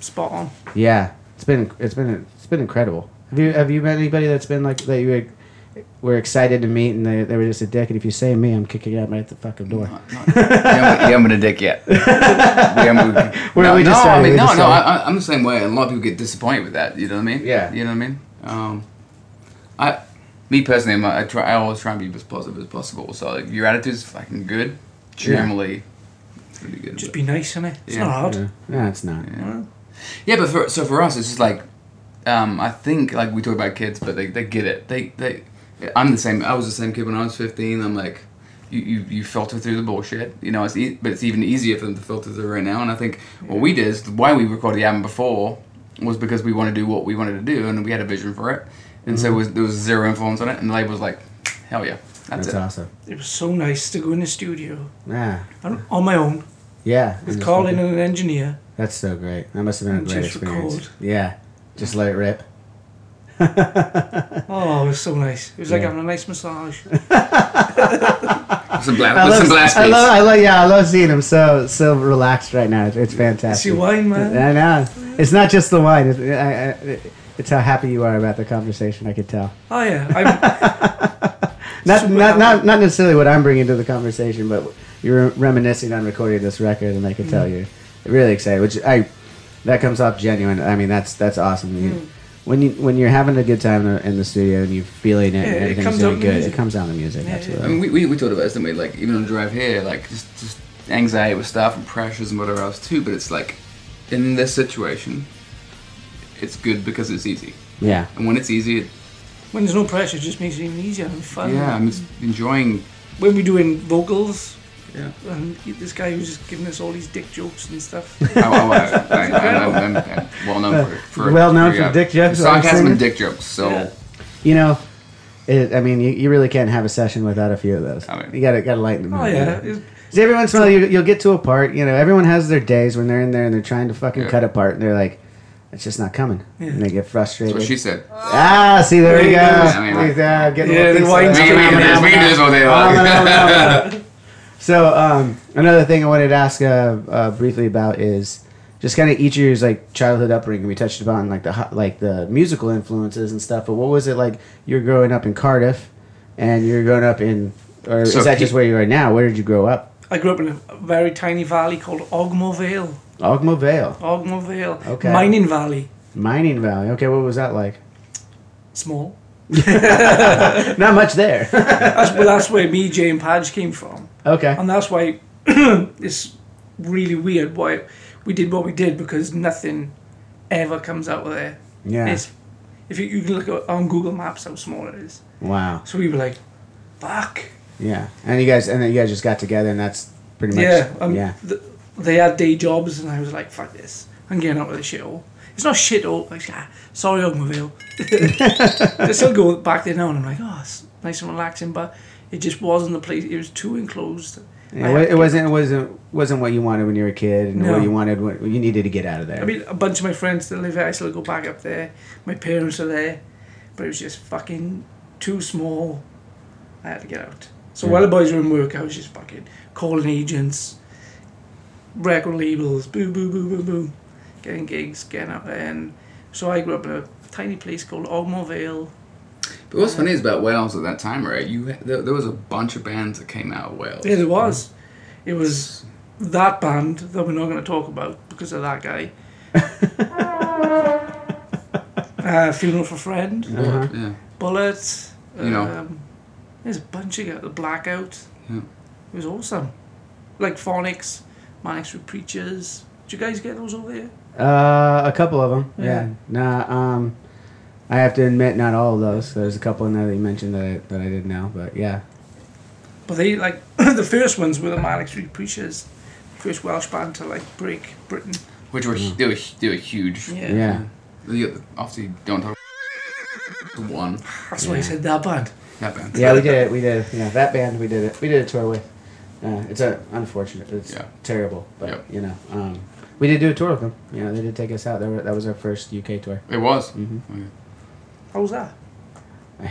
S2: spot on.
S4: yeah, it's been it's been it's been incredible. Have you have you met anybody that's been like that you were, were excited to meet and they, they were just a dick, and if you say me, I'm kicking you out right at the fucking door.
S3: you haven't, you haven't been a dick yet. You haven't
S4: [laughs]
S3: been-
S4: We're-
S3: no,
S4: we just
S3: no,
S4: started,
S3: I mean,
S4: we
S3: no,
S4: just
S3: no,
S4: started.
S3: I, I'm the same way, and a lot of people get disappointed with that. You know what I mean?
S4: Yeah.
S3: You know what I mean? Um, I, me personally, I'm- I try. I always try and be as positive as possible. So like, if your attitude's fucking good, generally, it's really good.
S2: Just
S3: But-
S2: be nice, innit? It's
S3: Yeah.
S2: not hard.
S4: Yeah. No, it's not.
S3: yeah, but for so for us, it's just like, um, I think like we talk about kids, but they, they get it. They they, I'm the same. I was the same kid when I was 15. I'm like, you you, you filter through the bullshit, you know. It's e- but it's even easier for them to filter through right now. And I think what we did is why we recorded the album before was because we wanted to do what we wanted to do, and we had a vision for it. And so it was, there was zero influence on it, and the label was like, hell yeah, that's,
S4: That's
S3: it.
S4: awesome.
S2: It was so nice to go in the studio
S4: Yeah,
S2: and on my own
S4: yeah.
S2: with
S4: Just
S2: Colin
S4: fucking-
S2: and an engineer.
S4: That's so great. That must have been a
S2: And
S4: great
S2: just
S4: experience.
S2: record.
S4: Yeah, just let it rip.
S2: Oh, it was so nice. It was like having a nice massage.
S3: Some, bla- with some glass
S4: I
S3: beads.
S4: love, I love, yeah, I love seeing him so so relaxed right now. It's, it's fantastic.
S2: It's your wine, man.
S4: I know. It's not just the wine. It's, I, I, it's how happy you are about the conversation. I could tell.
S2: Oh yeah, I'm, [laughs]
S4: Not
S2: Super
S4: not,
S2: happy.
S4: not not necessarily what I'm bringing to the conversation, but you're reminiscing on recording this record, and I could
S2: Mm.
S4: tell you're really excited. Which I that comes off genuine. I mean, that's that's awesome. You,
S2: Mm.
S4: When you when you're having a good time in the- in the studio and you're feeling it,
S2: Yeah,
S4: and
S2: it
S4: everything's
S2: comes out
S4: doing
S2: in the
S4: good,
S2: music.
S4: it comes out in the music.
S2: Yeah, yeah.
S3: I
S4: absolutely.
S3: mean, we, we, we talked about this, didn't we? Like, even on the drive here, like, just, just anxiety with stuff and pressures and whatever else, too. But it's like, in this situation, it's good because it's easy.
S4: Yeah.
S3: And when it's easy, it,
S2: when there's no pressure, it just makes it even easier and fun.
S3: yeah, I'm just enjoying.
S2: When we're doing vocals,
S3: Yeah.
S2: and this guy was just giving us all these dick jokes and stuff.
S3: I, I, am well known for, for
S4: Well known for
S3: yeah,
S4: dick jokes, I'm
S3: sarcasm
S4: saying.
S3: and dick jokes. So
S2: Yeah.
S4: you know, it, I mean, you, you really can't have a session without a few of those.
S3: I mean-
S4: you gotta gotta lighten them.
S2: Oh
S4: up, you
S2: yeah,
S4: know?
S2: it-
S4: 'Cause every once in a while you, you'll get to a part. You know, everyone has their days when they're in there and they're trying to fucking
S3: Yeah.
S4: cut a part, and they're like, "It's just not coming," and they get
S3: that's
S4: frustrated.
S3: what she said.
S4: ah, see, there we go.
S3: Yeah, I mean,
S4: Like, ah, getting
S2: Yeah,
S4: a
S2: the
S4: little
S2: wine's
S4: pizza.
S3: We can, we can do this, we can do this all day
S4: Oh,
S3: long.
S4: [laughs] no, no, no, no. so um, another thing I wanted to ask uh, uh, briefly about is just kind of each of your like childhood upbringing. We touched upon like the ho- like the musical influences and stuff. But what was it like? You're growing up in Cardiff, and you're growing up in, or
S3: So
S4: is that
S3: pe-
S4: just where you are now? Where did you grow up?
S2: I grew up in a very tiny valley called Ogmore Vale.
S4: Ogmo Vale,
S2: Ogmore Vale,
S4: Okay.
S2: mining valley,
S4: mining valley. Okay, what was that like? [laughs]
S2: small.
S4: Not much there. [laughs]
S2: That's, well, that's where me, Jay, and Padge came from.
S4: okay.
S2: and that's why [clears throat] it's really weird why we did what we did because nothing ever comes out of there.
S4: Yeah.
S2: It's, if you, you can look at, on Google Maps how small it is.
S4: Wow.
S2: So we were like, fuck.
S4: Yeah. And you guys, and then you guys just got together, and that's pretty much.
S2: yeah. Um,
S4: yeah.
S2: th- they had day jobs, and I was like, fuck this. I'm getting out of this shithole. It's not shithole. Like, ah, sorry, [laughs] Ogmaville. I still go back there now, and I'm like, oh, it's nice and relaxing, but it just wasn't the place. It was too enclosed. I
S4: It, wa-
S2: had to
S4: it
S2: get-
S4: wasn't. It wasn't. Wasn't what you wanted when you were a kid, and
S2: No.
S4: what you wanted. When, you needed to get out of there.
S2: I mean, a bunch of my friends that live there, I still go back up there. My parents are there, but it was just fucking too small. I had to get out. So while the boys were in work, I was just fucking calling agents, record labels, boo, boo, boo, boo, boo, getting gigs, getting out there. And so I grew up in a tiny place called Ogmore Vale.
S3: But what's funny is about Wales at that time, right? You there, there was a bunch of bands that came out of Wales.
S2: There it was. Mm. It was that band that we're not going to talk about because of that [laughs] guy. uh, Funeral for Friend.
S4: Uh-huh.
S3: Yeah.
S2: Bullet.
S3: You know.
S2: Um, there's a bunch of the blackout.
S3: Yeah.
S2: It was awesome. Like Phonics, Manics with Preachers. Did you guys get those over there?
S4: Uh, a couple of them. Yeah.
S2: Yeah.
S4: Nah. Um, I have to admit, not all of those. There's a couple in there that you mentioned that I, that I didn't know, but yeah.
S2: But they like [clears throat] the first ones were the Manics with Preachers, first Welsh band to like break Britain.
S3: Which were hu- they were hu- they were huge.
S2: Yeah.
S4: Yeah.
S3: The- Obviously, don't talk. One.
S2: That's why you said that band.
S3: That band.
S4: Yeah, we did it. We did it. Yeah, that band. We did it. We did a tour with. Uh, it's uh unfortunate. It's
S3: Yeah.
S4: terrible, but
S3: Yep.
S4: you know, um, we did do a tour with them. You know, they did take us out. That, were, that was our first UK tour.
S3: It was.
S2: Mm-hmm.
S3: Okay.
S2: How was that?
S4: I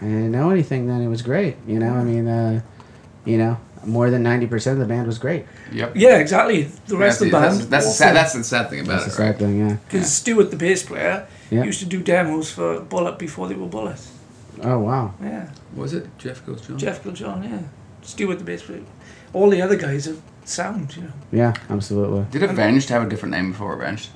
S4: didn't know anything then. It was great. You know, I mean, uh, you know, more than ninety percent of the band was great.
S3: Yep.
S2: Yeah, exactly. The
S3: That's
S2: rest
S3: the,
S2: of the band.
S3: that's, that's, the sad, that's the sad thing about
S4: That's the
S3: it, right?
S4: sad thing. Yeah.
S2: Because Stuart, the bass player,
S4: Yeah.
S2: used to do demos for Bullet before they were Bullet.
S4: Oh wow.
S2: Yeah.
S3: Was it Jeff Goes John?
S2: Jeff Giljohn, yeah. Stuart, the bass player. All the other guys are sound, you know.
S4: Yeah, absolutely.
S3: Did Avenged have a different name before Avenged?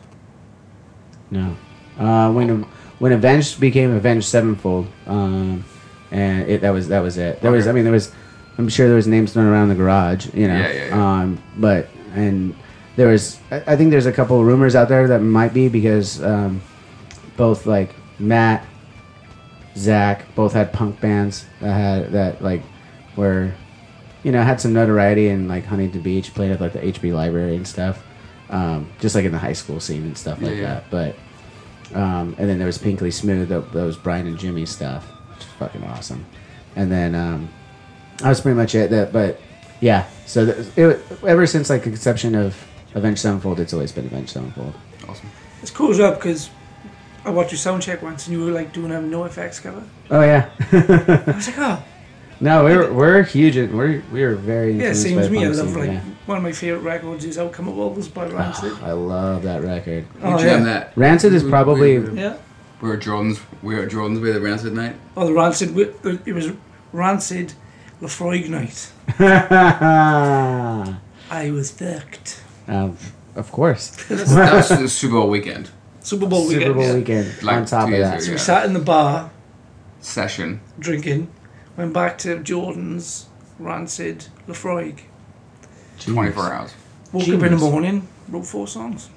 S4: No. Uh, when when Avenged became Avenged Sevenfold, um, and it, that was that was it. There was I mean there was I'm sure there was names thrown around in the garage, you know.
S3: Yeah, yeah, yeah.
S4: Um, but and there was I, I think there's a couple of rumors out there that might be because um, both like Matt, Zach, both had punk bands that had that like were you know had some notoriety in like Huntington Beach, played at like the HB Library and stuff. Um, just like in the high school scene and stuff like
S3: Yeah, yeah.
S4: that, but um, and then there was Pinkly Smooth, that, that was Brian and Jimmy's stuff, which is fucking awesome. And then um, that was pretty much it. That, but yeah. So th- it, ever since like the conception of Avenged Sevenfold, it's always been Avenged Sevenfold.
S3: Awesome.
S2: It's cool as well because I watched your sound check once and you were like doing a no effects cover.
S4: Oh yeah. [laughs]
S2: I was like, oh,
S4: no, we're we're huge. and We're we are very
S2: yeah,
S4: influenced
S2: same
S4: by
S2: as me. I
S4: punk
S2: love
S4: scene,
S2: like
S4: yeah. Ah,
S2: one of my favorite records is Outcome of Wobbles by Rancid.
S4: I love that record.
S2: Oh,
S3: we
S2: yeah.
S3: jammed that.
S4: Rancid is
S3: We- we-
S4: probably-
S3: we,
S2: Yeah.
S3: we were at Jordan's. We were at Jordan's. We had the Rancid night.
S2: Oh, the Rancid, wi- the- it was Rancid Lafroig night. I was fucked.
S4: [laughs] um, of course.
S3: that
S2: [laughs]
S3: was the Super Bowl weekend
S2: Super Bowl
S4: Super
S2: weekend.
S4: Bowl
S2: yeah.
S4: weekend.
S3: Like
S4: on top
S3: two
S4: of
S3: years
S4: that,
S2: So we
S3: Yeah.
S2: sat in the bar
S3: session.
S2: drinking, went back to Jordan's, Rancid, Lafroig.
S3: Twenty-four hours
S2: Woke up in the
S4: Genius.
S2: morning, wrote four songs.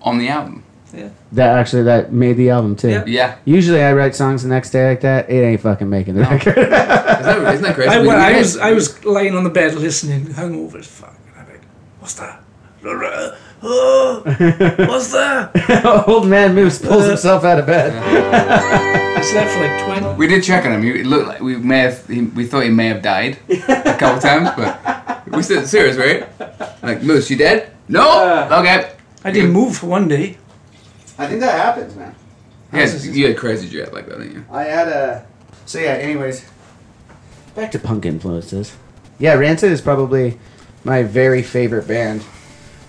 S3: on the album.
S2: Yeah.
S4: that actually that made the album too.
S2: Yeah.
S3: Yeah.
S4: Usually I write songs the next day like that. It ain't fucking making the record. [laughs]
S3: Isn't that, isn't that crazy?
S2: I,
S3: We-
S2: well,
S3: we
S2: I
S3: did-
S2: was I was lying on the bed listening, hungover as fuck. And I'm like, what's that? [laughs] Oh, what's that?
S4: Old man Moose pulls himself out of bed.
S2: I slept for like 20.
S3: We did check on him. He- It looked like we may have. He, we thought he may have died a couple times, but we said serious, right? Like Moose, you dead? No.
S4: Uh,
S3: okay.
S2: I didn't move for one day.
S4: I think that happens, man.
S3: You had, you had crazy dread like that, didn't you?
S4: I had a. So yeah. Anyways, back to punk influences. Yeah, Rancid is probably my very favorite band,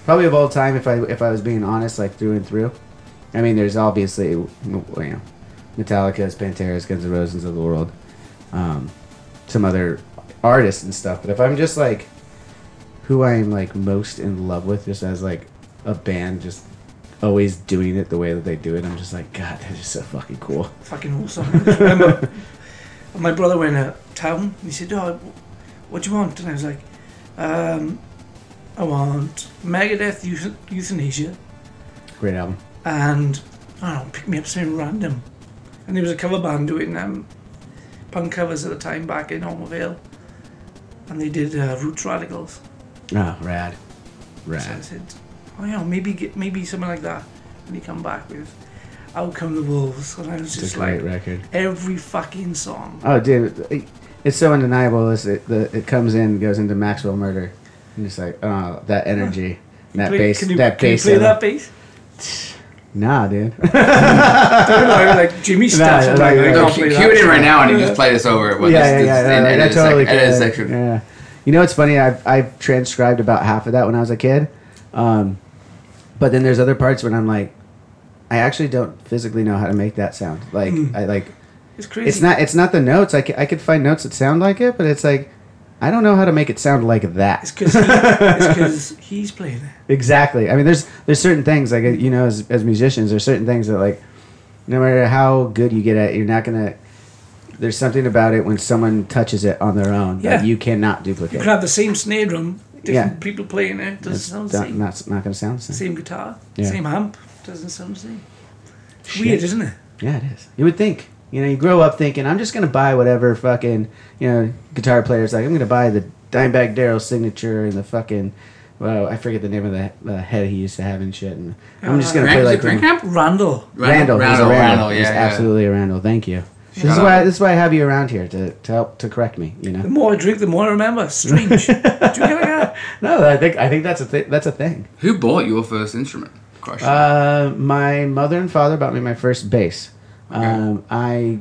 S4: probably of all time. If I if I was being honest, like through and through. I mean, there's obviously you know, Metallica's, Pantera's, Guns N' Roses of the world, um, some other artists and stuff. But if I'm just like who I am like most in love with, just as like a band, just always doing it the way that they do it, I'm just like, God, that is so fucking cool.
S2: Fucking awesome. I just remember [laughs] my brother went out of town and he said, oh, wh- what do you want? And I was like, um, I want Megadeth, Euth- Euthanasia,
S4: Great album.
S2: and I don't know, pick me up something random. And there was a cover band doing um, punk covers at the time back in Ormaville, and they did uh, Roots Radicals.
S4: Oh, rad.
S2: So I
S4: Rad.
S2: said, oh yeah, maybe get, maybe something like that. And he come back with Out Come the Wolves, and I was
S4: It's
S2: just
S4: a great
S2: like,
S4: record.
S2: every fucking song.
S4: Oh, dude. it- It's so undeniable. It's, it, the, it comes in, goes into Maxwell Murder. And it's like, oh, that energy. and that
S2: Play-
S4: bass.
S2: can you,
S4: that
S2: can you
S4: bass.
S2: play
S4: solo.
S2: that
S4: [laughs]
S2: bass?
S4: Nah, dude.
S2: No, I was like Jimmy
S4: Nah,
S2: Staff. like,
S4: like,
S2: I
S4: like,
S3: No,
S2: can't
S4: Don't
S3: cue
S2: play
S3: it in
S2: that.
S3: right now, and you just play this over. Well,
S4: [laughs] yeah,
S3: this,
S4: yeah,
S3: this,
S4: yeah,
S3: in
S4: yeah, I
S3: edit
S4: totally
S3: sec- edit
S4: get it.
S3: section.
S4: Yeah. You know what's funny? I've, I've transcribed about half of that when I was a kid. Um, but then there's other parts when I'm like, I actually don't physically know how to make that sound. Like, I like,
S2: It's crazy.
S4: it's not, it's not the notes. I, c- I could find notes that sound like it, but it's like, I don't know how to make it sound like that.
S2: It's because
S4: [laughs]
S2: he's playing it.
S4: Exactly. I mean, there's there's certain things like you know, as as musicians, there's certain things that like, no matter how good you get at, it, you're not gonna. There's something about it when someone touches it on their own
S2: Yeah.
S4: that you cannot
S2: You
S4: duplicate.
S2: can have the same snare drum, different
S4: Yeah.
S2: people playing it, doesn't
S4: it's
S2: sound the
S4: not,
S2: same.
S4: not not gonna sound the same.
S2: Same guitar,
S4: Yeah.
S2: same amp, doesn't sound the same. It's
S4: Shit.
S2: Weird, isn't it?
S4: Yeah, it is. You would think. You know, you grow up thinking, I'm just gonna buy whatever fucking you know guitar players like. I'm gonna buy the Dimebag Daryl signature and the fucking well, I forget the name of the, the head he used to have and shit. And I'm just gonna
S3: Grant-
S4: play
S3: is it
S4: like the-
S3: Grant Camp?
S2: Randall.
S4: Randall. He's a
S3: Randall, Randall,
S4: He's
S3: yeah, yeah.
S4: absolutely a Randall. Thank you. This is
S3: Shout
S4: why
S3: out.
S4: this is why I have you around here to to help to correct me. You
S2: The
S4: know.
S2: more I drink, the more I remember. Strange. Do you get like that?
S4: [laughs] No, I think I think that's a thi- that's a thing.
S3: Who bought your first instrument? Question.
S4: Uh, my mother and father bought me my first bass. Um, I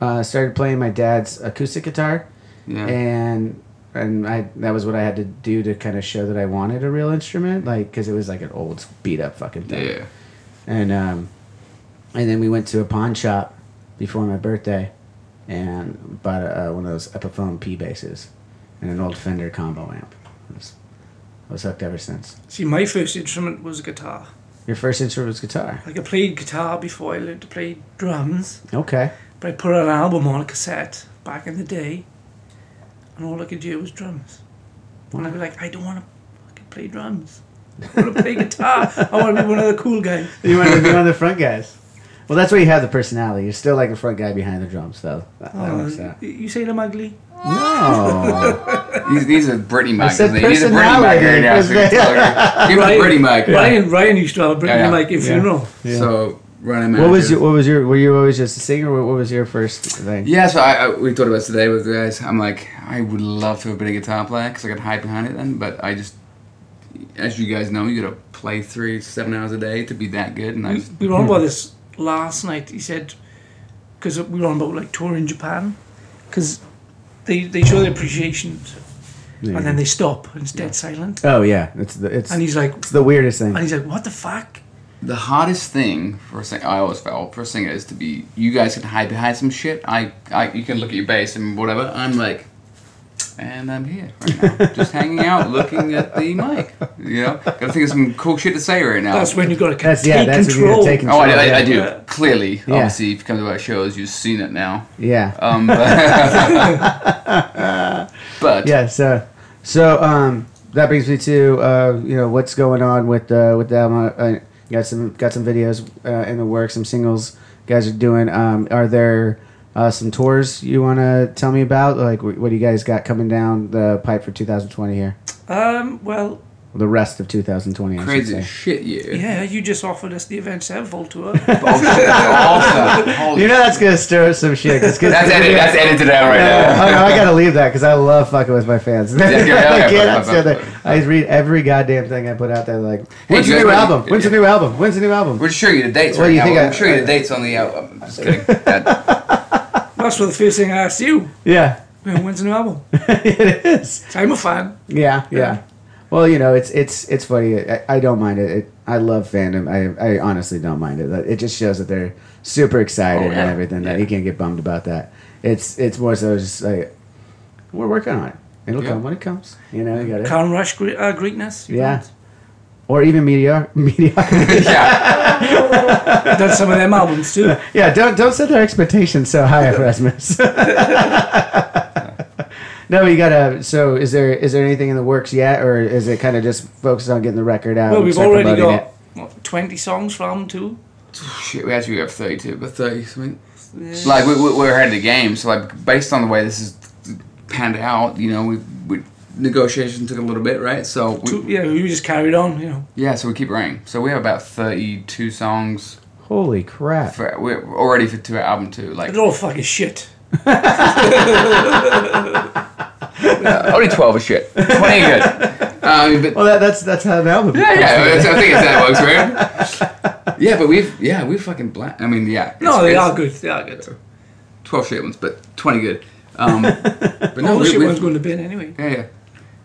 S4: uh, started playing my dad's acoustic guitar,
S3: Yeah.
S4: and and I that was what I had to do to kind of show that I wanted a real instrument, like because it was like an old beat up fucking thing.
S3: yeah.
S4: and um, and then we went to a pawn shop before my birthday, and bought uh, one of those Epiphone P basses and an old Fender combo amp. I was, I was hooked ever since.
S2: See, my first instrument was a guitar.
S4: Your first instrument was guitar.
S2: Like I played guitar before I learned to play drums,
S4: Okay.
S2: but I put an album on a cassette back in the day, and all I could do was drums. And I'd be like, I don't want to fucking play drums. I want to play guitar. I want to be one of the cool guys.
S4: You want to be one
S2: [laughs]
S4: of the front guys. Well, that's where you have the personality. You're still like a front guy behind the drums, though. That, that works
S2: Uh,
S4: out.
S2: you say I'm ugly? [laughs]
S4: No.
S3: These, these are Britney mics.
S4: said
S3: isn't it? You need a Britney mic
S4: personality. [laughs]
S3: right now. So you can tell her. Give her a Britney mic.
S2: Ryan, Ryan used to have a Britney
S3: Yeah, yeah.
S2: like if
S4: Yeah.
S2: you know.
S3: So running.
S4: what was
S3: manager.
S4: your What was your Were you always just a singer? What, what was your first thing?
S3: Yeah, so I, I, we talked about this today with the guys. I'm like, I would love to have been a guitar player because I could hide behind it then, but I just, as you guys know, you gotta play three, seven hours a day to be that good, and I just,
S2: We were on about
S4: Hmm.
S2: this last night. He said, because we were on about like touring Japan, because they, they show their appreciation and then they stop and it's dead silent.
S4: Oh yeah, it's the it's,
S2: And he's like,
S4: it's the weirdest thing.
S2: and he's like, what the fuck?
S3: the hardest thing for a singer, I always felt, for a singer is to be, you guys can hide behind some shit, I, I you can look at your bass and whatever, I'm like, and I'm here right
S2: [laughs]
S3: now, just hanging out, looking at the mic, you know? Gotta think of some cool shit to say right now.
S2: That's when you got to
S4: That's
S2: take
S4: yeah. That's when
S2: control.
S4: you take
S3: Oh,
S4: control.
S3: I, I, I
S4: yeah.
S3: do.
S2: Yeah.
S3: Clearly, obviously, if you come to our shows, you've seen it now.
S4: Yeah.
S3: Um, but but
S4: yeah. So so um that brings me to uh you know what's going on with uh with them. Uh, uh, got some got some videos uh, in the works, some singles you guys are doing. Um, are there uh, some tours you want to tell me about? Like wh- what do you guys got coming down the pipe for 2020 here?
S2: Um, well,
S4: The rest of 2020. I
S3: crazy
S4: should say.
S3: shit, you. [laughs]
S2: yeah, you just offered us the Event Sevenfold
S4: [laughs]
S2: tour.
S3: Oh, shit, that's awesome. Holy
S4: You know that's gonna stir up some shit. 'cause-
S3: [laughs]
S4: 'cause-
S3: that's edited. That's edited out right
S4: oh
S3: now.
S4: no,
S3: [laughs]
S4: I gotta leave that because I love fucking with my fans. [laughs]
S3: okay,
S4: I
S3: okay,
S4: cannot
S3: fine,
S4: stand
S3: fine,
S4: that. I read every goddamn thing I put out there. Like, when's
S3: you
S4: the
S3: guys
S4: new
S3: ready?
S4: album? When's the
S3: Yeah.
S4: new album? When's the new album?
S3: We're showing you the dates
S4: What
S3: right
S4: do you
S3: now.
S4: think
S3: I'm
S4: I-
S3: showing you the dates on the album.
S4: [laughs]
S3: I'm just kidding. That- [laughs]
S2: That's for the first thing I asked you.
S4: Yeah, [laughs]
S2: When- When's the new album?
S4: it is.
S2: So I'm a fan.
S4: Yeah, yeah. Well, you know, it's it's it's funny. I, I don't mind it. it. I love fandom. I I honestly don't mind it. It just shows that they're super excited
S3: Oh, yeah.
S4: and everything. That
S3: Yeah.
S4: you can't get bummed about that. It's it's more so just like we're working on it. It'll
S3: Yeah.
S4: come when it comes. You know, you got it.
S2: Karen Rush, gre- uh, Greatness. you
S4: Yeah. Or even meteor [laughs] mediocrity.
S3: yeah.
S2: know. Done some of them albums too.
S4: Yeah, don't don't set their expectations so high, [laughs] Erasmus. no, you gotta. So, is there is there anything in the works yet, or is it kind of just focused on getting the record out?
S2: Well,
S4: and
S2: we've
S4: start
S2: already
S4: promoting
S2: got what, 20 songs for album two.
S3: Shit, we actually have 32, but 30 something. Like, we, we- we're ahead of the game, so, like, based on the way this is panned out, you know, we, we negotiation took a little bit, right? So, we,
S2: Two- Yeah, we just carried on, you know.
S3: yeah, so we keep writing. So, we have about 32 songs.
S4: it? Holy crap!
S3: For, we're already for two album two, like
S2: They're all fucking shit.
S3: only twelve is shit, twenty are good. Um, but
S4: Well, that, that's that's how an album.
S3: yeah, yeah, it's- I think it's that works, right? [laughs] Yeah, but we've yeah we fucking black. I mean, yeah.
S2: No,
S3: it's-
S2: they
S3: it's
S2: are good. They are good.
S3: Twelve shit ones, but twenty good. Um, but no,
S2: All the
S3: we,
S2: shit
S3: we,
S2: ones going to bin anyway.
S3: yeah, yeah.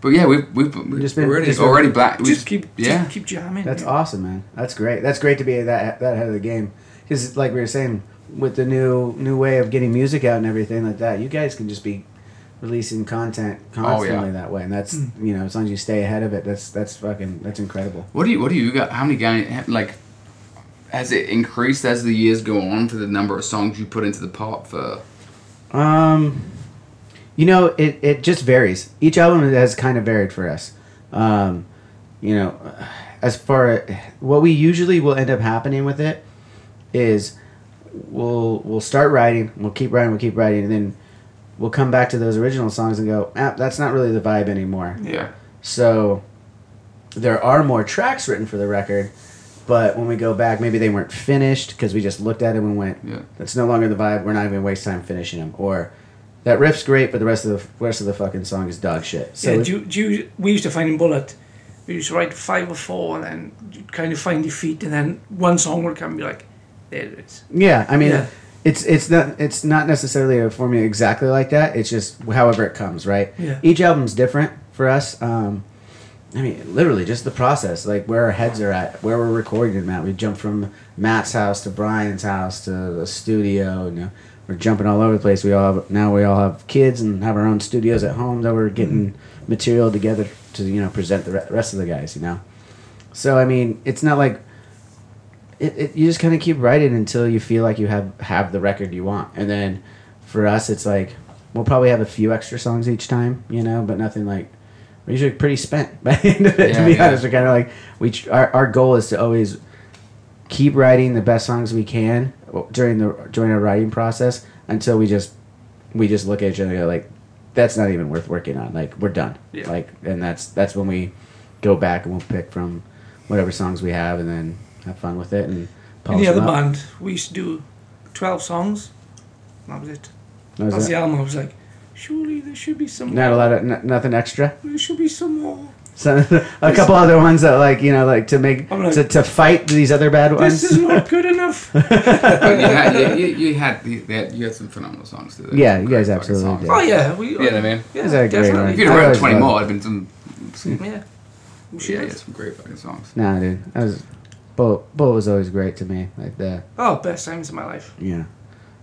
S3: But yeah, we've we've, we've
S4: Just been-
S3: already
S4: just been-
S3: already black. We
S2: Just keep,
S3: yeah.
S2: just keep jamming.
S4: That's
S2: yeah.
S4: awesome, man. That's great. That's great to be that that head of the game. Because, like we were saying, with the new new way of getting music out and everything like that, you guys can just be releasing content
S3: Oh,
S4: constantly that way. And that's you know, as long as you stay ahead of it, that's that's fucking that's incredible.
S3: What do you what do you got? How many guys like? Has it increased as the years go on for the number of songs you put into the pot for?
S4: Um, you know, it, it just varies. Each album has kind of varied for us. Um, you know, as far what we usually will end up happening with it is we'll we'll start writing, we'll keep writing, we'll keep writing, and then we'll come back to those original songs and go, ah, that's not really the vibe anymore.
S3: Yeah.
S4: So there are more tracks written for the record, but when we go back, maybe they weren't finished because we just looked at it and went,
S3: Yeah.
S4: "That's no longer the vibe. We're not even gonna waste time finishing them." Or that riff's great, but the rest of the rest of the fucking song is dog shit. So
S2: yeah,
S4: we-
S2: do, you- do you, we used to find in Bullet, we used to write five or four and then you'd kind of find your feet, and then one song would come and be like, there it is.
S4: Yeah, I mean,
S2: Yeah.
S4: it's it's not it's not necessarily a formula exactly like that. It's just however it comes, right?
S2: Yeah.
S4: Each album's different for us. Um, I mean, literally just the process, like where our heads are at, where we're recording them at. We jump from Matt's house to Brian's house to the studio. You know, we're jumping all over the place. We all have, now we all have kids and have our own studios at home that we're getting
S2: Mm-hmm.
S4: material together to you know present the re- rest of the guys. You know, so I mean, it's not like it, it, you just kind of keep writing until you feel like you have have the record you want and then for us it's like we'll probably have a few extra songs each time you know but nothing like we're usually pretty spent [laughs] by the end of it to
S3: Yeah,
S4: be
S3: yeah.
S4: honest we're kind of like we tr- our, our goal is to always keep writing the best songs we can during the during our writing process until we just we just look at each other and go like that's not even worth working on like we're done
S2: Yeah.
S4: like and that's that's when we go back and we'll pick from whatever songs we have and then have fun with it and
S2: In
S4: polish
S2: the other
S4: them up.
S2: band, we used to do 12 songs, and that was it.
S4: That was
S2: That's
S4: it.
S2: the album. I was like, surely there should be some
S4: not a lot of n- nothing extra [laughs]
S2: There should be some more.
S4: so a couple other ones that like you know like to make
S2: I'm like-
S4: to, to fight these other bad ones
S2: This is not good enough. oh
S3: But you had, you, you, you had the- you had you had some phenomenal songs too. They
S4: Yeah,
S3: were
S4: you
S3: great
S4: guys
S3: fucking
S4: absolutely
S3: songs.
S4: did.
S2: Oh, yeah, we.
S3: You know what I mean?
S2: Yeah,
S4: Is that a great
S2: definitely.
S3: If you'd
S4: I
S3: have written
S4: always
S3: 20
S4: loved-
S3: more, it'd been some. some
S2: Yeah. We should
S3: yeah, yeah,
S2: have.
S3: some great fucking songs.
S4: [laughs] nah dude that was Bull, Bull was always great to me like that
S2: Oh, best times of my life.
S4: yeah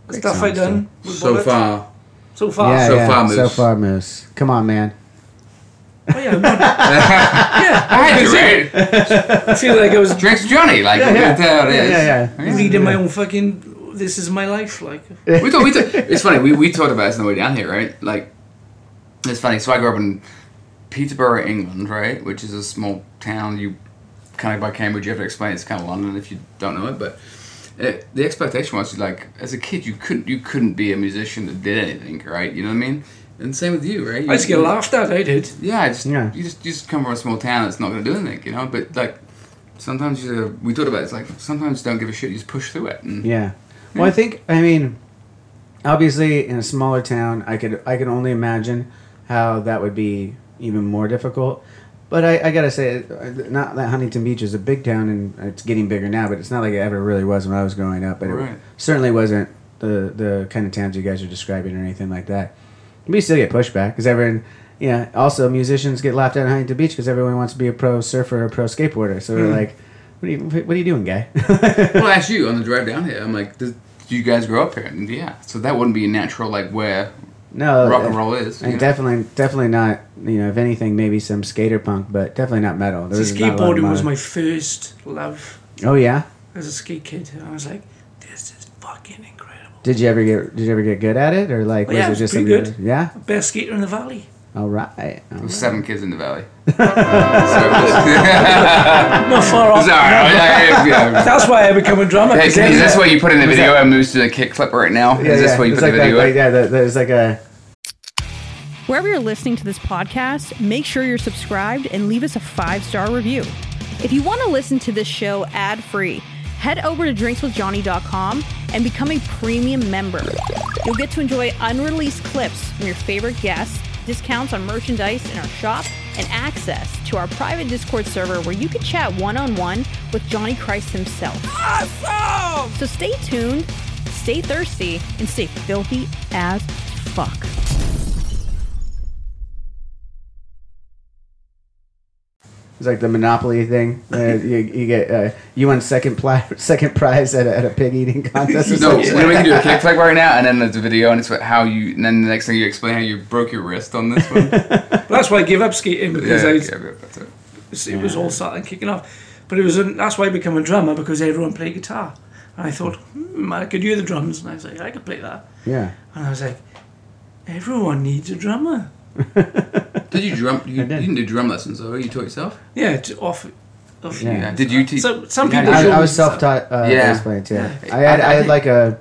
S2: The stuff I
S4: songs,
S2: done. with
S3: So
S2: Bullet.
S3: far,
S2: So far.
S4: yeah,
S3: So
S4: yeah.
S3: far, Moose.
S4: so far moose come on man
S2: Oh, yeah. I'm not- yeah.
S3: I had you [laughs] right.
S2: I feel like I was
S3: Drinks with Johnny, like
S4: Yeah, yeah.
S3: there it is.
S4: Yeah, yeah, yeah.
S2: reading my own fucking. This is my life. Like,
S3: we talk, we talk, it's funny we, we talked about this on the way down here right like it's funny so i grew up in peterborough england right which is a small town you kind of by cambridge you have to explain it's kind of london if you don't know it but it, the expectation was like as a kid you couldn't you couldn't be a musician that did anything right you know what i mean and same with you right you,
S2: I just get laughed at. I did.
S3: yeah, it's,
S4: Yeah.
S3: You just you just come from a small town that's not going to do anything, you know. But like sometimes you we talked about it, it's like sometimes don't give a shit. You just push through it. And
S4: Yeah. Well, I
S3: Hmm.
S4: think I mean, obviously, in a smaller town, I could I can only imagine how that would be even more difficult. But I, I gotta say, uh, not that Huntington Beach is a big town and it's getting bigger now, but it's not like it ever really was when I was growing up. But
S3: Right.
S4: it certainly wasn't the the kind of towns you guys are describing or anything like that. We still get pushback because everyone, yeah. Also, musicians get laughed at in Huntington Beach because everyone wants to be a pro surfer or a pro skateboarder. So
S3: Hmm.
S4: we're like, what are you what are you doing, guy? [laughs]
S3: well, as you on the drive down here, I'm like, "Does- do you guys grow up here? And yeah, so that wouldn't be a natural like where
S4: no,
S3: rock and
S4: uh,
S3: roll is. you
S4: And
S3: know?
S4: definitely, definitely not. You know, if anything, maybe some skater punk, but definitely not metal. There
S2: The
S4: was not a lot of
S2: skateboarding was
S4: metal.
S2: my first love
S4: Oh yeah.
S2: as a skate kid. And I was like, this is fucking incredible.
S4: Did you ever get? Did you ever get good at it, or like
S2: Well, Oh, yeah,
S4: was it
S2: it was
S4: just
S2: pretty
S4: something- Yeah.
S2: Best skater in the valley.
S4: All right. All
S3: There
S4: right.
S3: was seven kids in the
S4: [laughs]
S3: valley. so, sorry,
S2: Not far off.
S3: yeah, yeah.
S2: That's why I become a
S3: [laughs]
S2: drummer.
S3: Hey,
S2: 'cause
S3: is this
S2: then-
S3: what you put in the video? I'm loose to the kick clip right now.
S4: Yeah,
S3: is this
S4: yeah.
S3: what you
S4: It's
S3: put
S4: like
S3: the
S4: that,
S3: video?
S4: like, yeah, that, there's like a.
S6: Wherever you're listening to this podcast, make sure you're subscribed and leave us a five star review. If you want to listen to this show ad free, head over to drinkswithjohnny.com and become a premium member. You'll get to enjoy unreleased clips from your favorite guests, discounts on merchandise in our shop, and access to our private Discord server where you can chat one on one with Johnny Christ himself. Awesome! So stay tuned, stay thirsty, and stay filthy as fuck.
S4: It's like the Monopoly thing.
S2: [laughs]
S4: where you, you get uh, you won second pli- [laughs] second prize at a, at a pig eating contest. or
S3: No,
S4: something.
S3: you know we can do a kick flick right now, and then there's a video, and it's what- how you. And then the next thing you explain how you broke your wrist on this one. [laughs] yeah,
S2: That's why I gave up skating because
S3: yeah,
S2: I
S3: yeah, that's [laughs] it.
S2: was, it was all starting kicking off. But it was that's why I became a drummer because everyone played guitar. And I thought, hmm, I could hear the drums, and I was like, I could play that.
S4: Yeah.
S2: And I was like, everyone needs a drummer.
S3: Did you drum? You, you didn't do drum lessons, though. You taught yourself.
S2: Yeah, it's off. off
S4: Yeah.
S3: Yeah. Did you teach?
S2: So some
S3: Yeah,
S2: people.
S4: I,
S2: show
S4: I
S2: me
S4: was
S2: stuff.
S4: self taught uh,
S3: Yeah.
S4: bass playing too. I had I,
S3: I- I
S4: had
S3: think-
S4: like a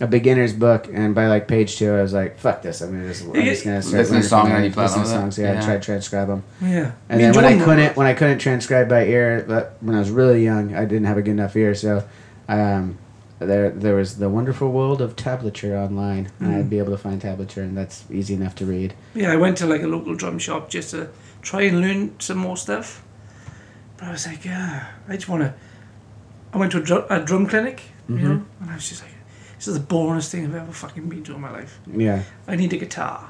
S4: a beginner's book, and by like page two, I was like, "Fuck this! I'm gonna just, I'm just gonna start
S3: Listen to
S4: learning
S3: song
S4: from
S3: and you
S4: there.
S3: play
S4: Listen to
S3: along with
S4: songs.
S3: it.
S4: Yeah, I
S3: Yeah.
S4: tried to transcribe them.
S2: Yeah.
S4: And
S2: Me
S4: then when I
S2: enjoying
S4: couldn't,
S2: that.
S4: when I couldn't transcribe by ear, but when I was really young, I didn't have a good enough ear. So, um, there there was the wonderful world of tablature online, and
S2: Mm-hmm.
S4: I'd be able to find tablature, and that's easy enough to read.
S2: Yeah, I went to like a local drum shop just to try and learn some more stuff. But I was like, yeah, I just want to. I went to a, dr- a drum clinic,
S4: Mm-hmm.
S2: you know, and I was just like, this is the boringest thing I've ever fucking been to in my life.
S4: Yeah,
S2: I need a guitar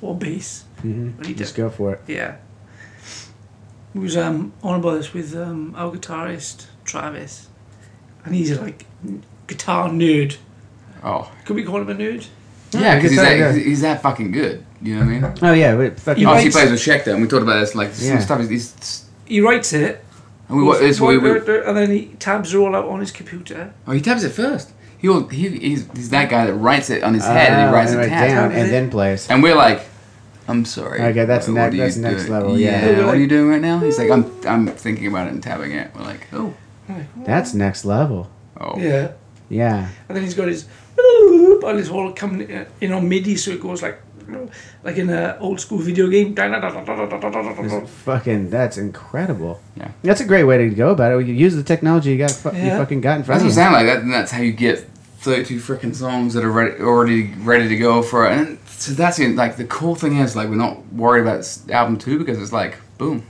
S2: or bass. I need
S4: Mm-hmm. just
S2: to,
S4: go for it.
S2: yeah. We was um, on about this with um, our guitarist Travis, and he's a, like n- guitar nerd.
S3: Oh.
S2: Could we call him a nerd?
S3: Yeah, because he's,
S4: guitar,
S3: that-
S4: yeah.
S3: he's- he's that fucking good. You know what I
S4: [laughs]
S3: mean?
S4: Oh yeah, but fucking.
S3: Obviously, he plays with Schechter, and we talked about this. Like, some
S4: Yeah.
S3: stuff is. is
S2: He writes it,
S3: and we, wa- it's, we,
S4: [laughs]
S3: we,
S2: and then he tabs it all out on his computer.
S3: oh, he tabs it first. He, will, he he's, he's that guy that writes it on his head and
S4: Oh,
S3: he writes
S4: and
S3: it
S4: write
S3: down.
S4: down and then plays.
S3: And we're like, I'm sorry.
S4: Okay, that's
S3: What
S4: next-
S3: are you
S4: that's next
S3: doing?
S4: level, yeah.
S3: what are you doing right now? He's like, I'm I'm thinking about it and tabbing it. We're like, oh,
S4: That's next level.
S3: oh,
S2: Yeah.
S4: Yeah.
S2: And then he's got his and it's all coming in- in on MIDI, so it goes like like in an old school video game.
S4: Fucking, that's incredible.
S3: Yeah.
S4: That's a great way to go about it. You use the technology you got, fu- you
S2: Yeah.
S4: fucking got in
S3: that's
S4: front
S3: what it
S4: of you.
S3: sounds like. That, and that's how you get 32 freaking songs that are ready, already ready to go for it. And so that's it. Like the cool thing is, like we're not worried about s- album two because it's like, boom,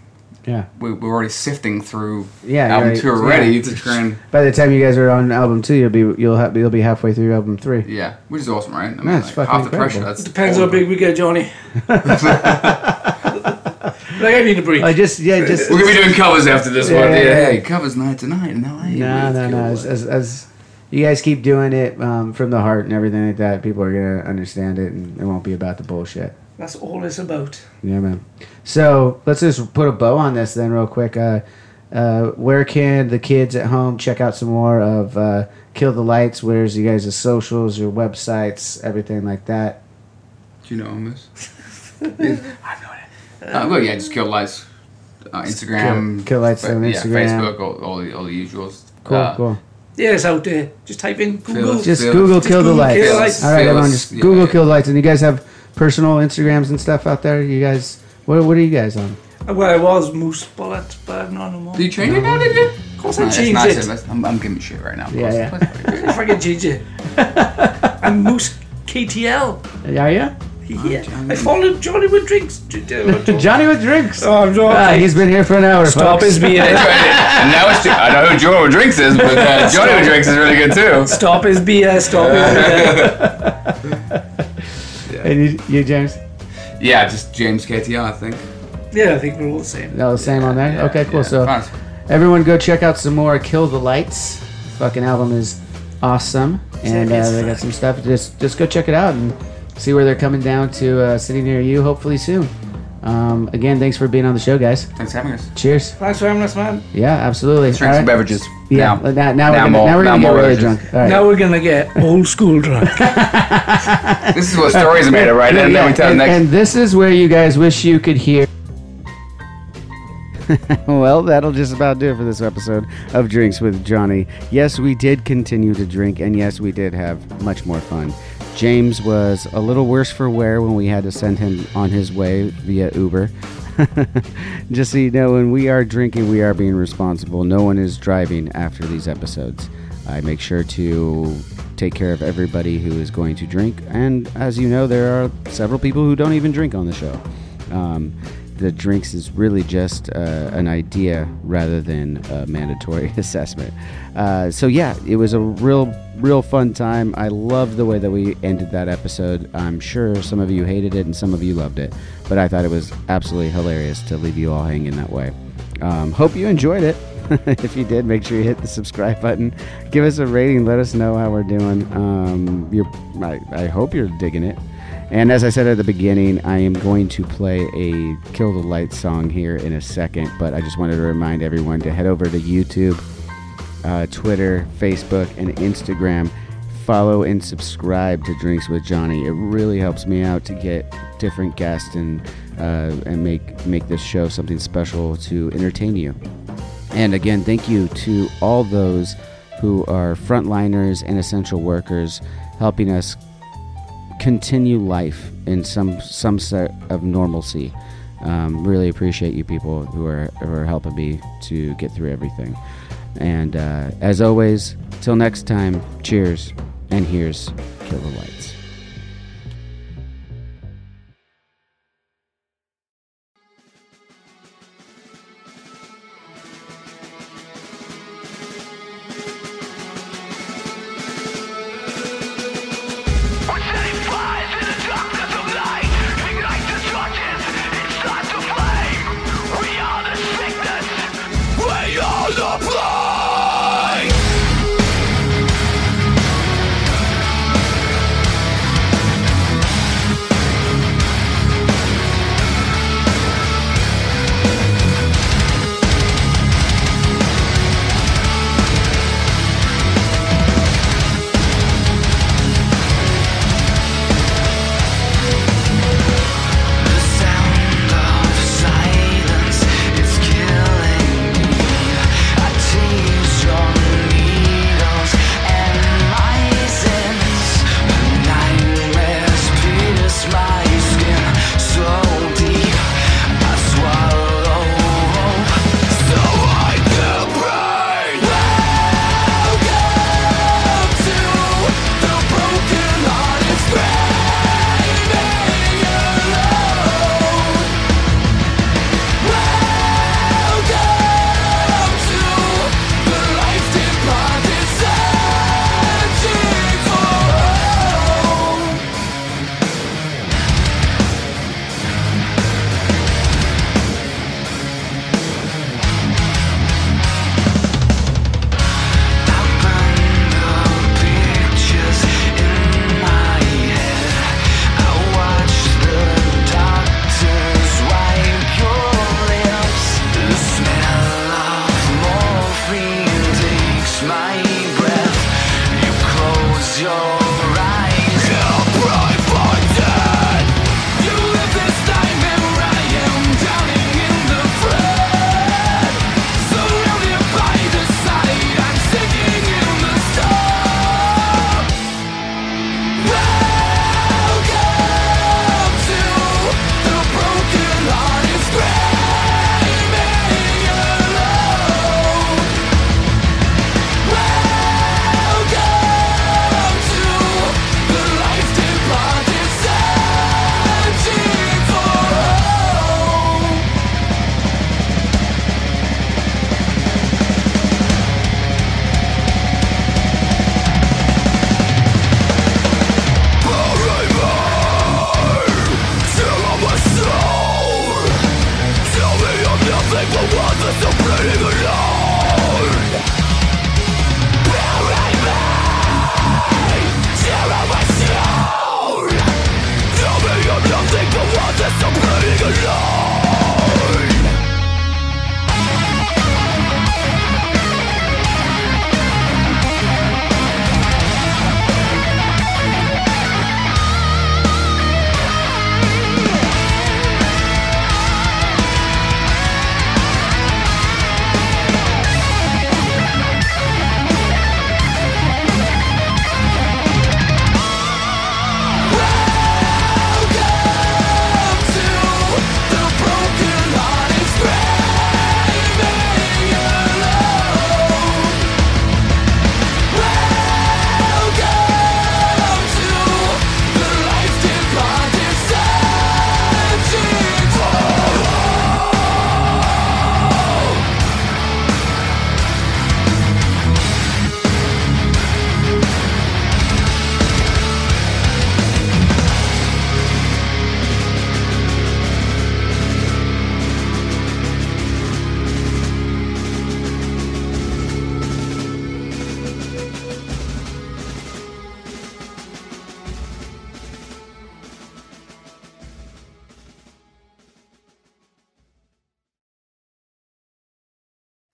S4: Yeah.
S3: we, we're already sifting through
S4: Yeah,
S3: album
S4: right.
S3: two already
S4: Yeah.
S3: to try and
S4: By the time you guys are on album two, you'll be you'll have you'll be halfway through album three.
S3: yeah, which is awesome, right? I mean,
S4: That's fucking
S3: half the pressure.
S4: incredible.
S3: That's
S2: Depends how big we get, Johnny. like I need a break.
S4: I just yeah just
S3: We're gonna be doing covers after this one.
S4: Yeah,
S3: Yeah,
S4: yeah, yeah.
S3: hey, covers night tonight in LA.
S4: no
S3: It's
S4: no no
S3: cool.
S4: as, as, as you guys keep doing it um, from the heart and everything like that, people are gonna understand it and it won't be about the bullshit.
S2: That's all it's about.
S4: Yeah, man. So let's just put a bow on this then, real quick. Uh, uh, where can the kids at home check out some more of uh, Kill the Lights? Where's you guys' socials, your websites, everything like that?
S3: Do you know him this?
S4: [laughs]
S3: I know it. Uh, well, yeah, just kill lights. Uh, Instagram,
S4: Kill- Kill Lights on
S3: yeah,
S4: Instagram.
S3: Facebook, all, all the all the usuals.
S4: Cool,
S3: Uh,
S4: cool.
S2: Yeah, it's out there. Just type in Google.
S3: Phil.
S4: Just
S3: Phil-
S4: Google Kill the
S2: Google
S4: Lights.
S2: Kill the Lights.
S4: All right,
S3: Phil
S4: everyone,
S3: is-
S4: just
S3: yeah,
S4: Google
S3: yeah.
S4: Kill the Lights, and you guys have personal Instagrams and stuff out there. You guys, what, what are you guys on?
S2: Well, I was Moose Bullet, but I'm not no more.
S3: Did you change it now? Did you? Of
S2: course I changed it.
S3: I'm, I'm giving you shit right now. of
S4: Yeah,
S3: course. [laughs]
S4: yeah.
S3: Of
S2: [laughs]
S3: course I do.
S2: If I can change it, I'm Moose KTL.
S4: Are [laughs] you
S2: Yeah, I followed Johnny with drinks. [laughs]
S4: Johnny with drinks?
S2: Oh, I'm Johnny.
S4: Ah, he's been here for an hour.
S2: Stop
S4: folks.
S2: his beer.
S3: and now it's. I know who Joe Drinks is, but
S4: [laughs]
S3: uh, Johnny who Drinks is really good too.
S2: Stop his beer. Stop his [laughs] beer.
S4: [laughs] And you, you James?
S3: Yeah, just James KTR, I think.
S2: Yeah, I think we're all the same.
S4: No, the same on there.
S3: Yeah,
S4: okay, cool.
S3: yeah.
S4: So.
S3: Fine.
S4: Everyone, go check out some more "Kill the Lights." Fucking album is awesome, and uh, they got some stuff. Just just go check it out and see where they're coming down to a city near you. Hopefully soon. Um, again, thanks for being on the show, guys.
S3: Thanks for having us.
S4: Cheers.
S2: Thanks for having us, man.
S4: Yeah, absolutely.
S3: Drinks and
S4: All right.
S3: beverages.
S4: Yeah. Now, now, we're gonna,
S3: more-
S4: now we're
S3: now
S4: gonna get
S3: more
S4: really
S3: beverages.
S4: drunk. All right.
S2: Now we're gonna get old school drunk.
S3: This is
S4: [laughs]
S3: what stories are made of, right?
S4: Yeah,
S3: And then
S4: yeah,
S3: we tell the
S4: and-
S3: next.
S4: and this is where you guys wish you could hear. [laughs] well, that'll just about do it for this episode of Drinks with Johnny. Yes, we did continue to drink, and yes, we did have much more fun. James was a little worse for wear when we had to send him on his way via Uber. [laughs] just so you know, when we are drinking, we are being responsible. No one is driving after these episodes. I make sure to take care of everybody who is going to drink, and as you know, there are several people who don't even drink on the show. Um, the drinks is really just uh, an idea rather than a mandatory [laughs] assessment. Uh, so yeah, it was a real, real fun time. I love the way that we ended that episode. I'm sure some of you hated it and some of you loved it, but I thought it was absolutely hilarious to leave you all hanging that way. Um, hope you enjoyed it. [laughs] if you did, make sure you hit the subscribe button. Give us a rating. Let us know how we're doing. Um, you're, I, I hope you're digging it. And as I said at the beginning, I am going to play a Kill the Lights song here in a second, but I just wanted to remind everyone to head over to YouTube, uh, Twitter, Facebook, and Instagram. Follow and subscribe to Drinks with Johnny. It really helps me out to get different guests and uh, and make make this show something special to entertain you. And again, thank you to all those who are frontliners and essential workers helping us continue life in some some set of normalcy. Um, really appreciate you people who are who are helping me to get through everything. And uh, as always, till next time, cheers. And here's Kill the Lights.